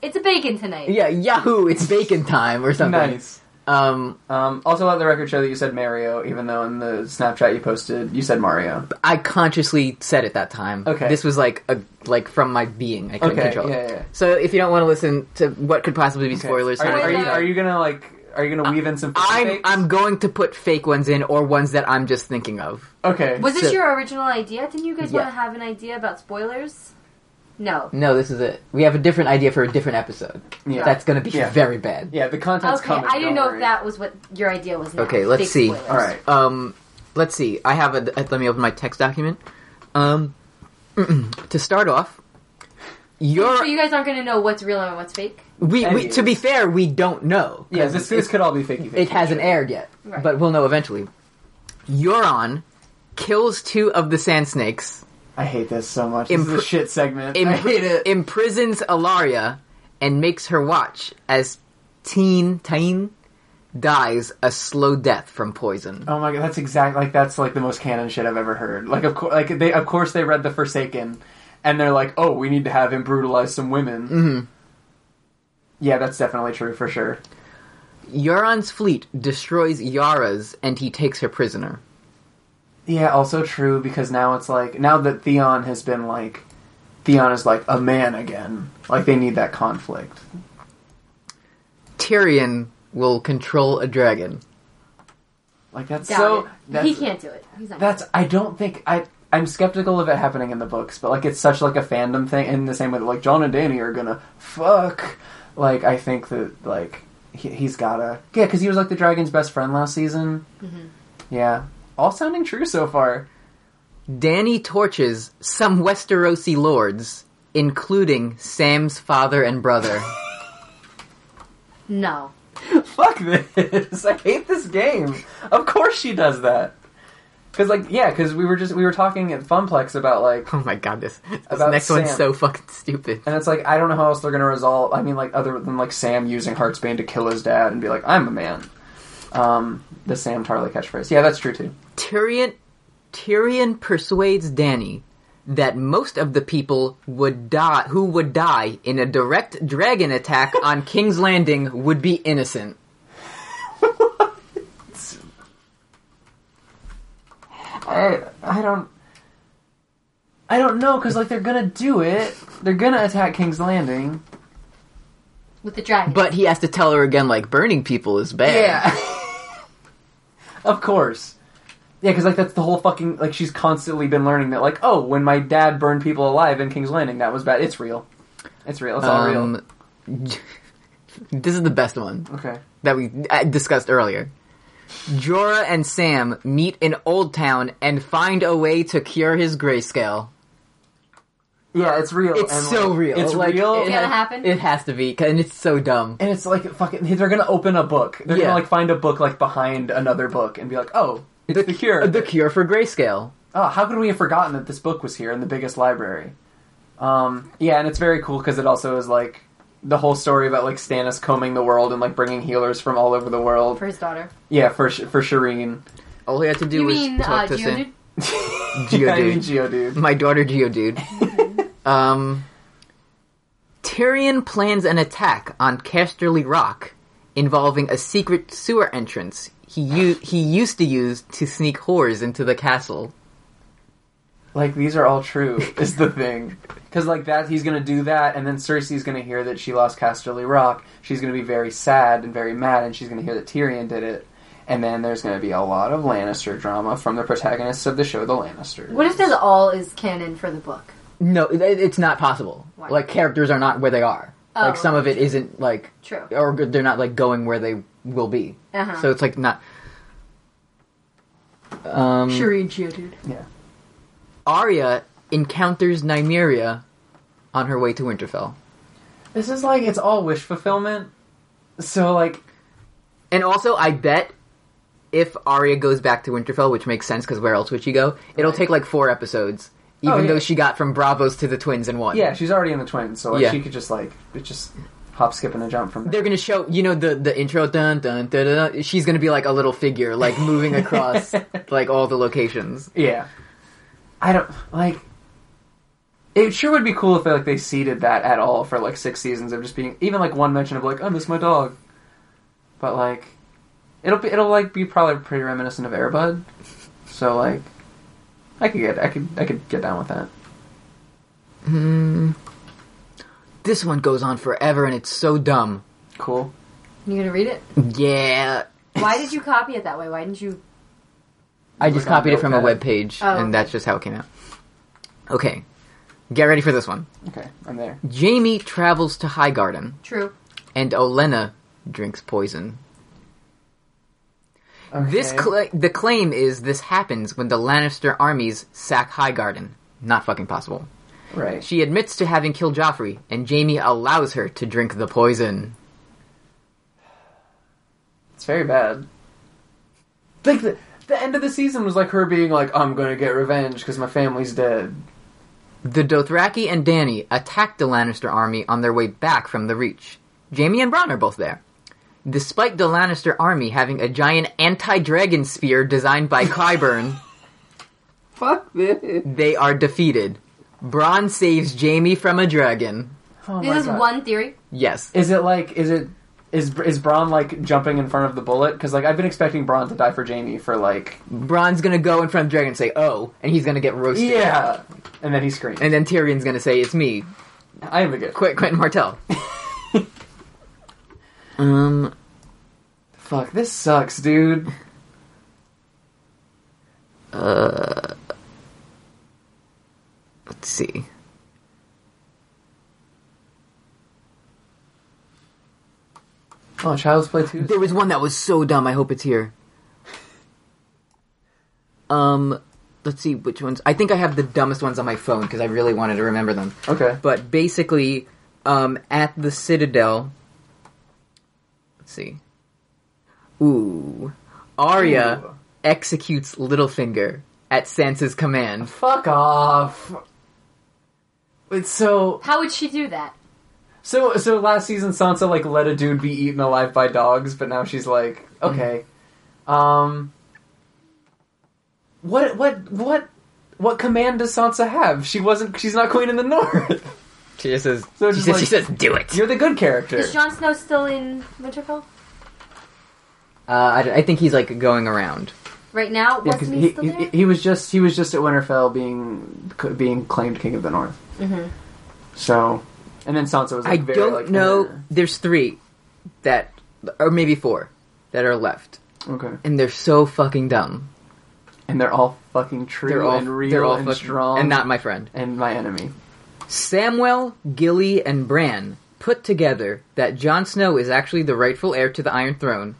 "It's a bacon tonight."
yeah, Yahoo! It's bacon time or something.
Nice.
Um,
Um, also, let the record show that you said Mario, even though in the Snapchat you posted you said Mario.
I consciously said it that time.
Okay.
This was like a like from my being. I couldn't
Okay,
control. it.
yeah, yeah.
So if you don't want to listen to what could possibly be spoilers,
Are,
sorry.
are you are you gonna like? Are you gonna weave in some?
I'm
fakes?
I'm going to put fake ones in or ones that I'm just thinking of.
okay.
Was this
So-
your original idea? Didn't you guys
Yeah.
want to have an idea about spoilers? No.
No, this is it. We have a different idea for a different episode.
Yeah.
That's going to be
Yeah.
very bad.
yeah, the content's
okay,
coming.
I didn't
don't
know
worry.
if that was what your idea was. Now.
Okay, let's
Big
see.
spoilers.
All right.
Um, let's see. I have a. Let me open my text document. Um, to start off,
So
your
you guys aren't going to know what's real and what's fake.
we, we
Any-
to be fair, we don't know.
Yeah, this this could all be fakey. fakey
It hasn't
sure.
aired yet,
Right.
but we'll know eventually. Euron kills two of the sand snakes,
I hate this so much. This
Impr-
is a shit segment. I
impri-
hate it.
imprisons Alaria, and makes her watch as Teen Tain dies a slow death from poison.
Oh my god, that's exact like that's like the most canon shit I've ever heard. Like of course, like they of course they read the Forsaken, and they're like, oh, we need to have him brutalize some women. Mm-hmm. Yeah, that's definitely true for sure.
Euron's fleet destroys Yara's, and he takes her prisoner.
Yeah, also true because now it's like now that Theon has been like Theon is like a man again. Like they need that conflict.
Tyrion will control a dragon.
Like that's
Doubt
so
it.
that's,
he can't do it. He's not.
that's I don't think I I'm skeptical of it happening in the books, but like it's such like a fandom thing in the same way that like John and Danny are gonna fuck. Like I think that like he, he's gotta yeah because he was like the dragon's best friend last season.
Mm-hmm.
Yeah, all sounding true so far.
Danny torches some Westerosi lords, including Sam's father and brother.
no.
Fuck this! I hate this game. Of course she does that. Because like yeah, because we were just we were talking at Funplex about like
oh my god, this, this
About
next one's
Sam.
so fucking stupid.
And it's like I don't know how else they're gonna resolve. I mean, like other than like Sam using Heartsbane to kill his dad and be like, "I'm a man." Um, the Sam Tarly catchphrase. Yeah, that's true too.
Tyrion Tyrion persuades Danny that most of the people would die who would die in a direct dragon attack on King's Landing would be innocent.
I I don't I don't know because like they're gonna do it. They're gonna attack King's Landing.
With the dragon.
But he has to tell her again like burning people is bad.
of course. Yeah, because like that's the whole fucking like she's constantly been learning that like oh when my dad burned people alive in King's Landing that was bad. It's real. It's real. It's all real.
Um, this is the best one
Okay.
that we uh, discussed earlier. Jorah and Sam meet in Old Town and find a way to cure his grayscale.
Yeah, it's real.
It's
and,
so
like,
real.
It's
Like,
real.
It
It's gonna happen.
It has to be, 'cause- and it's so dumb.
And it's like fucking. They're gonna open a book. They're
Yeah.
gonna like find a book like behind another book and be like, oh, it's the, cure.
The cure for grayscale.
oh, how could we have forgotten that this book was here in the biggest library? Um, yeah, and it's very cool because it also is like the whole story about like Stannis combing the world and like bringing healers from all over the world.
for his daughter.
yeah, for Sh- for Shireen.
All he had to do
You
was
mean
talk
uh,
to Sam.
Geodude?
Yeah, I
Geodude.
mean Geodude.
My daughter Geodude.
Mm-hmm.
um, Tyrion plans an attack on Casterly Rock involving a secret sewer entrance he u- he used to use to sneak whores into the castle.
Like these are all true. Is the thing. Because like that, he's gonna do that, and then Cersei's gonna hear that she lost Casterly Rock. She's gonna be very sad and very mad, and she's gonna hear that Tyrion did it. And then there's gonna be a lot of Lannister drama from the protagonists of the show, the Lannisters.
What if this all is canon for the book?
No, it, it's not possible.
Why?
Like characters are not where they are.
Oh,
like some of it isn't like
True.
Oh,
or good- they're not like going where they will be.
Uh-huh.
So it's like not. Um,
mm.
Shireen Geodude.
Yeah.
Arya encounters Nymeria on her way to Winterfell.
This is like it's all wish fulfillment. So like,
And also, I bet if Arya goes back to Winterfell, which makes sense because where else would she go? It'll take like four episodes, even
Oh, yeah.
though she got from Bravos to the Twins in one.
yeah, she's already in the twins, so like
Yeah.
she could just like it just hop, skip, and a jump from there.
They're gonna show you know the the intro dun dun dun dun. dun. She's gonna be like a little figure, like moving across like all the locations.
Yeah. I don't like. It sure would be cool if they, like they seeded that at all for like six seasons of just being even like one mention of like, oh, miss my dog. But like, It'll be it'll like be probably pretty reminiscent of Airbud. So like, I could get I could I could get down with that.
This one goes on forever and it's so dumb.
Cool.
You gonna read it?
Yeah.
Why did you copy it that way? Why didn't you?
I just
Like on
copied it from a web
Notepad.
page,
Oh, okay.
and that's just how it came out. Okay. Get ready for this one.
Okay, I'm there.
Jamie travels to High Garden,
True.
and Olena drinks poison. This
Okay.
cla the claim is this happens when the Lannister armies sack High Garden. Not fucking possible.
right.
She admits to having killed Joffrey, and Jamie allows her to drink the poison.
It's very bad. Like the, the end of the season was like her being like, "I'm gonna get revenge because my family's dead."
The Dothraki and Danny attack the Lannister army on their way back from the Reach. Jamie and Bronn are both there. Despite the Lannister army having a giant anti-dragon spear designed by Qyburn,
Fuck this.
they are defeated. Bronn saves Jamie from a dragon.
Oh my
this is
God.
one theory.
Yes.
Is it like? Is it? Is is Braun like jumping in front of the bullet? Because like I've been expecting Braun to die for Jamie for like
Bronn's gonna go in front of Dragon and say, oh, and he's gonna get roasted.
yeah, and then he screams.
And then Tyrion's gonna say, it's me,
I am the good.
Qu- Quentin Martell. um,
Fuck, this sucks, dude.
let's see.
Oh, Child's Play two.
There was one that was so dumb. I hope it's here. Um, let's see which ones. I think I have the dumbest ones on my phone because I really wanted to remember them.
Okay.
But basically, um, at the Citadel. Let's see. Ooh, Arya
Ooh.
executes Littlefinger at Sansa's command.
Fuck off. It's so
How would she do that?
so so. Last season, Sansa like let a dude be eaten alive by dogs, but now she's like, okay, um, what what what what command does Sansa have? She wasn't. She's not queen in the north.
She just says,
So it's
she,
just
says
like-
she says, do it.
You're the good character.
Is Jon Snow still in Winterfell
Uh, I, I think he's like going around.
right now?
Yeah,
Wasn't
'cause
he
he,
still
he,
there?
he was just he was just at Winterfell being c- being claimed king of the north.
Mhm.
So, and then Sansa was like,
I
very,
don't
like,
know.
eh.
There's three that, or maybe four, that are left,
Okay,
and they're so fucking dumb.
and they're all fucking true
They're all
and real
they're all
and
fucking-
strong
and not my friend.
and my enemy.
Samwell, Gilly, and Bran put together that Jon Snow is actually the rightful heir to the Iron Throne,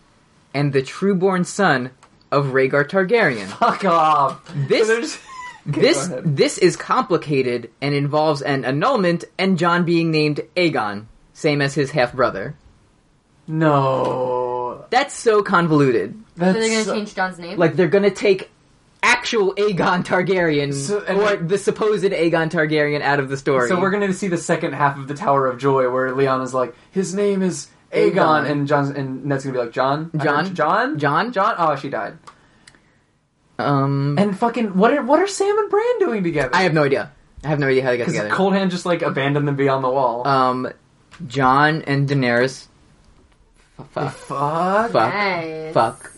and the trueborn son of Rhaegar Targaryen.
Fuck off.
This-
So there's- Okay,
this
go ahead.
this is complicated and involves an annulment and John being named Aegon, same as his half brother.
no.
That's so convoluted.
so
That's uh,
they're gonna
so-
change Jon's name.
Like they're gonna take actual Aegon Targaryen
So- and-
or the supposed Aegon Targaryen out of the story.
So we're gonna see the second half of the Tower of Joy where Lyanna's like, his name is Aegon,
Aegon.
and John's and Ned's gonna be like, John, I
John?
heard- John,
John?
John. Oh, she died.
um
And fucking what are what are Sam and Bran doing together?
I have no idea. I have no idea how they got
Because
together.
Cold Hand just like abandoned them beyond the wall.
um John and Daenerys f- fuck
fuck.
fuck
Nice.
fuck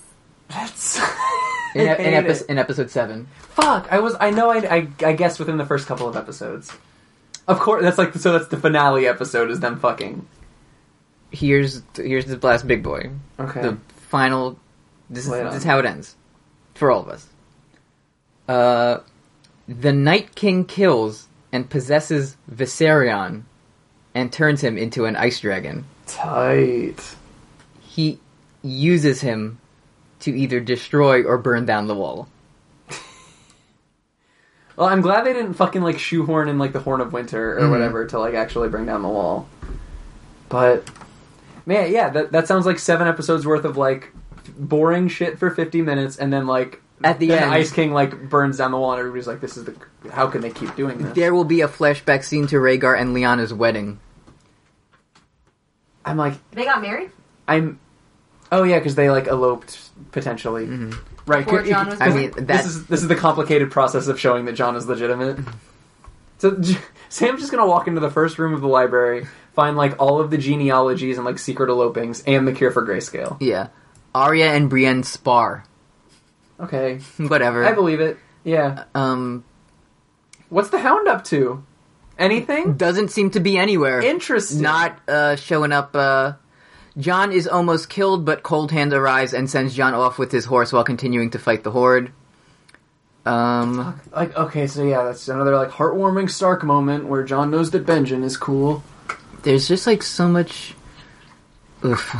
That's.
in,
I
ep- in,
hate
epi-
it.
in episode 7.
Fuck. I was. I know. I, I. I guessed within the first couple of episodes. Of course. That's like. So that's the finale episode. Is them fucking.
Here's here's the last big boy.
Okay.
the final. This is,
Lay it on.
this is how it ends for all of us. Uh, the Night King kills and possesses Viserion, and turns him into an ice dragon.
Tight.
He uses him to either destroy or burn down the wall.
Well, I'm glad they didn't fucking like shoehorn in like the Horn of Winter or
Mhm.
whatever to like actually bring down the wall. But man, yeah, that that sounds like seven episodes worth of like boring shit for 50 minutes, and then like
At the
then
end-
Ice King like burns down the wall, and everybody's like, "This is the how can they keep doing this?"
There will be a flashback scene to Rhaegar and Lyanna's wedding.
I'm like,
they got married.
I'm. Oh yeah, because they like eloped potentially, right?
Before
'cause-
John was
I mean, that-
Mm-hmm.
born.
this is this is the complicated process of showing that John is legitimate. So J- Sam's just gonna walk into the first room of the library, find like all of the genealogies and like secret elopings and the cure for grayscale.
Yeah. Arya and Brienne spar.
Okay,
Whatever.
I believe it. Yeah.
um,
What's the Hound up to? Anything?
doesn't seem to be anywhere.
Interesting.
Not uh, showing up. Uh, John is almost killed, but Cold Hand arrives and sends John off with his horse while continuing to fight the Horde. Um,
like okay, so yeah, that's another like heartwarming Stark moment where John knows that Benjen is cool.
there's just like so much. Oof.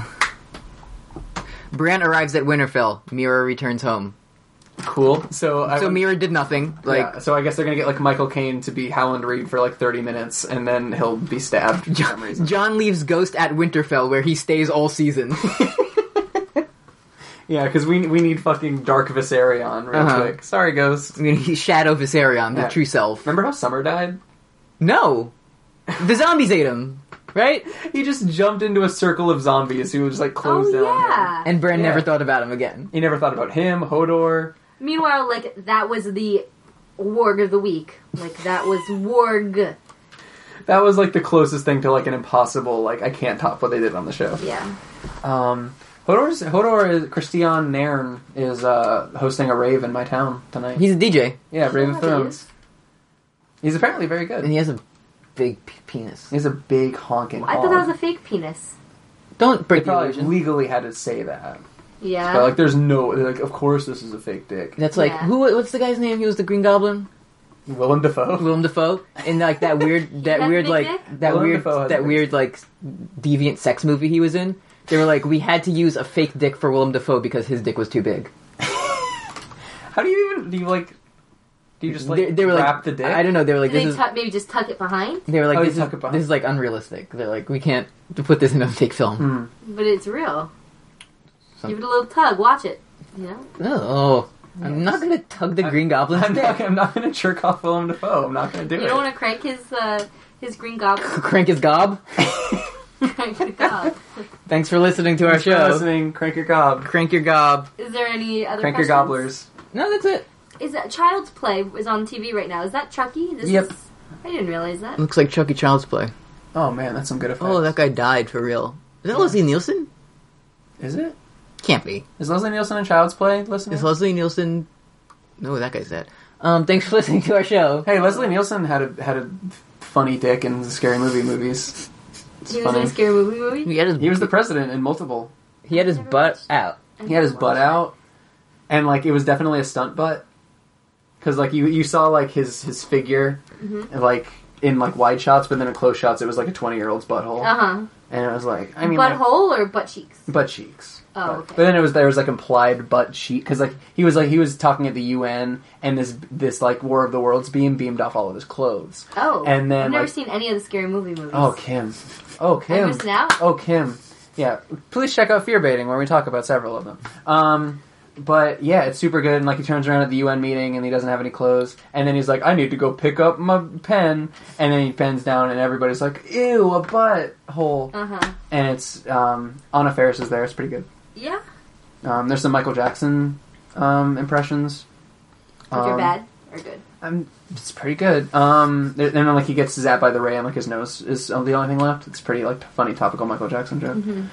Bran arrives at Winterfell. Mira returns home.
Cool. So I
So
would-
Mira did nothing. Like
yeah, so I guess they're gonna get like Michael Caine to be Howland Reed for like thirty minutes, and then he'll be stabbed for some
John,
reason.
John leaves Ghost at Winterfell, where he stays all season.
Yeah, because we we need fucking Dark Viserion real
Uh-huh.
quick. Sorry, Ghost.
I mean, he's Shadow Viserion, the
Yeah.
true self.
Remember how Summer died?
No, the zombies ate him, right?
He just jumped into a circle of zombies who was like closed in.
oh
on him.
yeah.
And Bran
Yeah.
never thought about him again.
He never thought about him, Hodor.
Meanwhile, like that was the warg of the week. Like that was warg.
That was like the closest thing to like an impossible. Like I can't top what they did on the show.
Yeah.
Um, Hodor's Hodor is Christian Nairn is uh, hosting a rave in my town tonight.
He's a DJ,
yeah, Rave
Oh,
of Thrones.
geez.
He's apparently very good.
and he has a big p- penis.
He's a big honking.
I thought that was a fake penis.
Don't
They
break the
probably
illusion.
legally had to say that,
Yeah.
but like, there's no they're like. Of course, this is a fake dick.
That's like
Yeah.
who? What's the guy's name? He was the Green Goblin,
Willem Dafoe.
Willem Dafoe, and like that weird,
had
that
a
weird,
big
like
dick?
that
Willem
weird,
Dafoe had a
that
big
weird, like deviant sex movie he was in. They were like, we had to use a fake dick for Willem Dafoe because his dick was too big.
How do you even do you like? Do you just like
they, they were
wrap
like,
the dick?
I don't know. They were like,
Did they
this is.
tuck- maybe just tuck it behind?
They were like,
Oh,
this,
you
is,
talk about-
this is like unrealistic. They're like, we can't put this in a fake film.
Hmm.
But it's real.
Some-
Give it a little tug. Watch it. You know?
Oh, I'm not gonna tug the Green Goblin's
I'm
dick.
not, I'm not going to jerk off Willem Dafoe. I'm not going to do
You
it.
don't want to crank his uh, his green goblin.
Crank his gob.
crank his gob.
Thanks for listening to our
Thanks for
show.
listening. Crank your gob.
Crank your gob.
Is there any other?
Crank your gobblers.
questions?
No, that's it.
Is that Child's Play is on TV right now? Is that Chucky? This
Yep.
Is, I didn't realize that.
Looks like Chucky Child's Play.
Oh man, that's some good effects.
Oh, that guy died for real. Is that Leslie Nielsen?
is it.
Can't be.
Is Leslie Nielsen in Child's Play listening?
Is Leslie Nielsen? No, that guy's dead. Um, thanks for listening to our show.
hey, Leslie Nielsen had a had a funny dick in the scary movie movies. It's
He was in
funny.
a scary movie movie.
He had his
He was the president in multiple.
he had his butt out.
He had his butt out, and like it was definitely a stunt butt, because like you you saw like his his figure,
Mm-hmm.
and, like in like wide shots, but then in close shots it was like a twenty year old's butthole,
Uh huh.
and it was like I mean like,
Butthole or butt cheeks?
butt cheeks.
Oh,
but,
okay.
but then it was there was like implied butt cheek because like he was like he was talking at the UN and this this like War of the Worlds beam beamed off all of his clothes.
Oh,
And then,
I've never
like-
seen any of the scary movie movies.
Oh Kim, oh
I
Kim,
missed out.
oh Kim. Yeah, please check out Fear Baiting where we talk about several of them. Um, but yeah, it's super good. And like he turns around at the UN meeting and he doesn't have any clothes, and then he's like, I need to go pick up my pen, and then he pens down and everybody's like, Ew, a butt hole.
Uh huh.
And it's um, Anna Faris is there. It's pretty good.
Yeah.
Um, there's some Michael Jackson um, impressions.
Which are
Um,
bad or good.
Um, it's pretty good. Um, and then like he gets zapped by the ray, and like his nose is the only thing left. It's pretty like funny topical Michael Jackson joke.
Mm-hmm.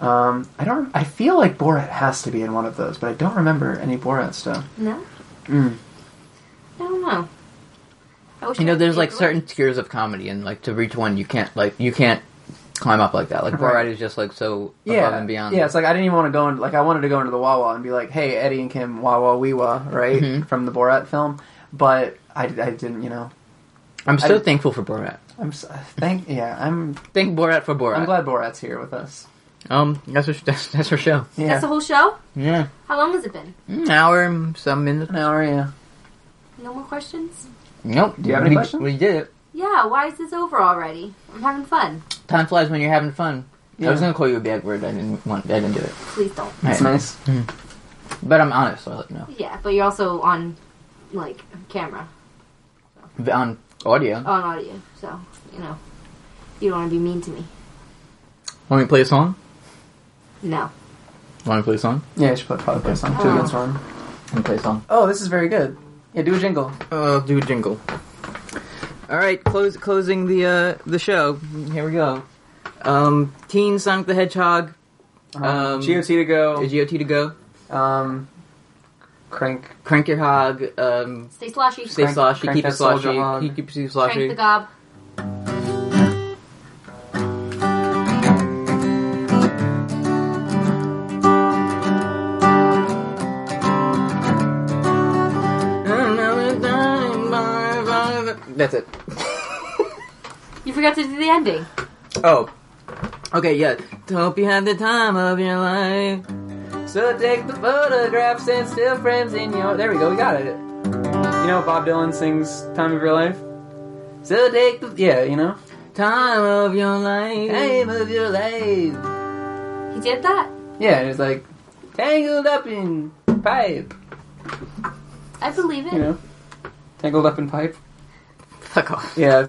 Um, I don't. I feel like Borat has to be in one of those, but I don't remember any Borat stuff.
No.
Mm.
I don't know. I wish
You know,
I
there's like
could-
certain tiers of comedy, and like to reach one, you can't like you can't climb up like that. Like
Right.
Borat is just like so above
Yeah,
and beyond.
yeah. It's like I didn't even want to go into like I wanted to go into the Wawa and be like, "Hey, Eddie and Kim, Wawa Weewa," right
Mhm.
from the Borat film, but I, I didn't. You know,
I'm so
didn't-
thankful for Borat.
I'm s- thank yeah. I'm
Thank Borat for Borat.
I'm glad Borat's here with us.
Um, that's for, that's, that's for show.
Yeah.
That's the whole show.
Yeah,
How long has it been?
an hour, and some minutes.
An hour, yeah.
No more questions.
Nope.
Do you have any
we,
questions?
We did it.
Yeah. Why is this over already? I'm having fun.
Time flies when you're having fun. I
Yeah.
was gonna call you a bad word. I didn't want. I didn't do it.
Please don't.
It's
Alright.
nice.
But I'm honest. So I let you know.
Yeah, but you're also on like camera
V- On audio.
on audio, so you know you don't want to be mean to me.
Want me to play a song?
No.
Want me to play a song?
Yeah, you should probably play a song.
Oh.
Two against one.
Let me play a song.
Oh, this is very good. Yeah, do a jingle.
Uh, do a jingle. All right, close closing the uh, the show. Here we go. Um, Teen Sonic the Hedgehog Um,
GOT to
A
Uh-huh. go.
GOT to go.
Um, crank.
Crank your hog. Um,
Stay sloshy.
stay
Crank-
sloshy.
crank
keep it
that soldier
sloshy.
hog.
Keep, keep it sloshy.
Crank the gob.
That's it.
You forgot to do the ending.
Oh. Okay, yeah. Hope you had the time of your life.
So take the photographs and still frames in your. There we go. We got it. You know Bob Dylan sings "Time of Your Life." So take the yeah. You know.
Time of your life.
Time of your life.
He did that?
Yeah, it was like tangled up in pipe.
I believe it.
You know, tangled up in pipe.
Fuck off.
Yeah,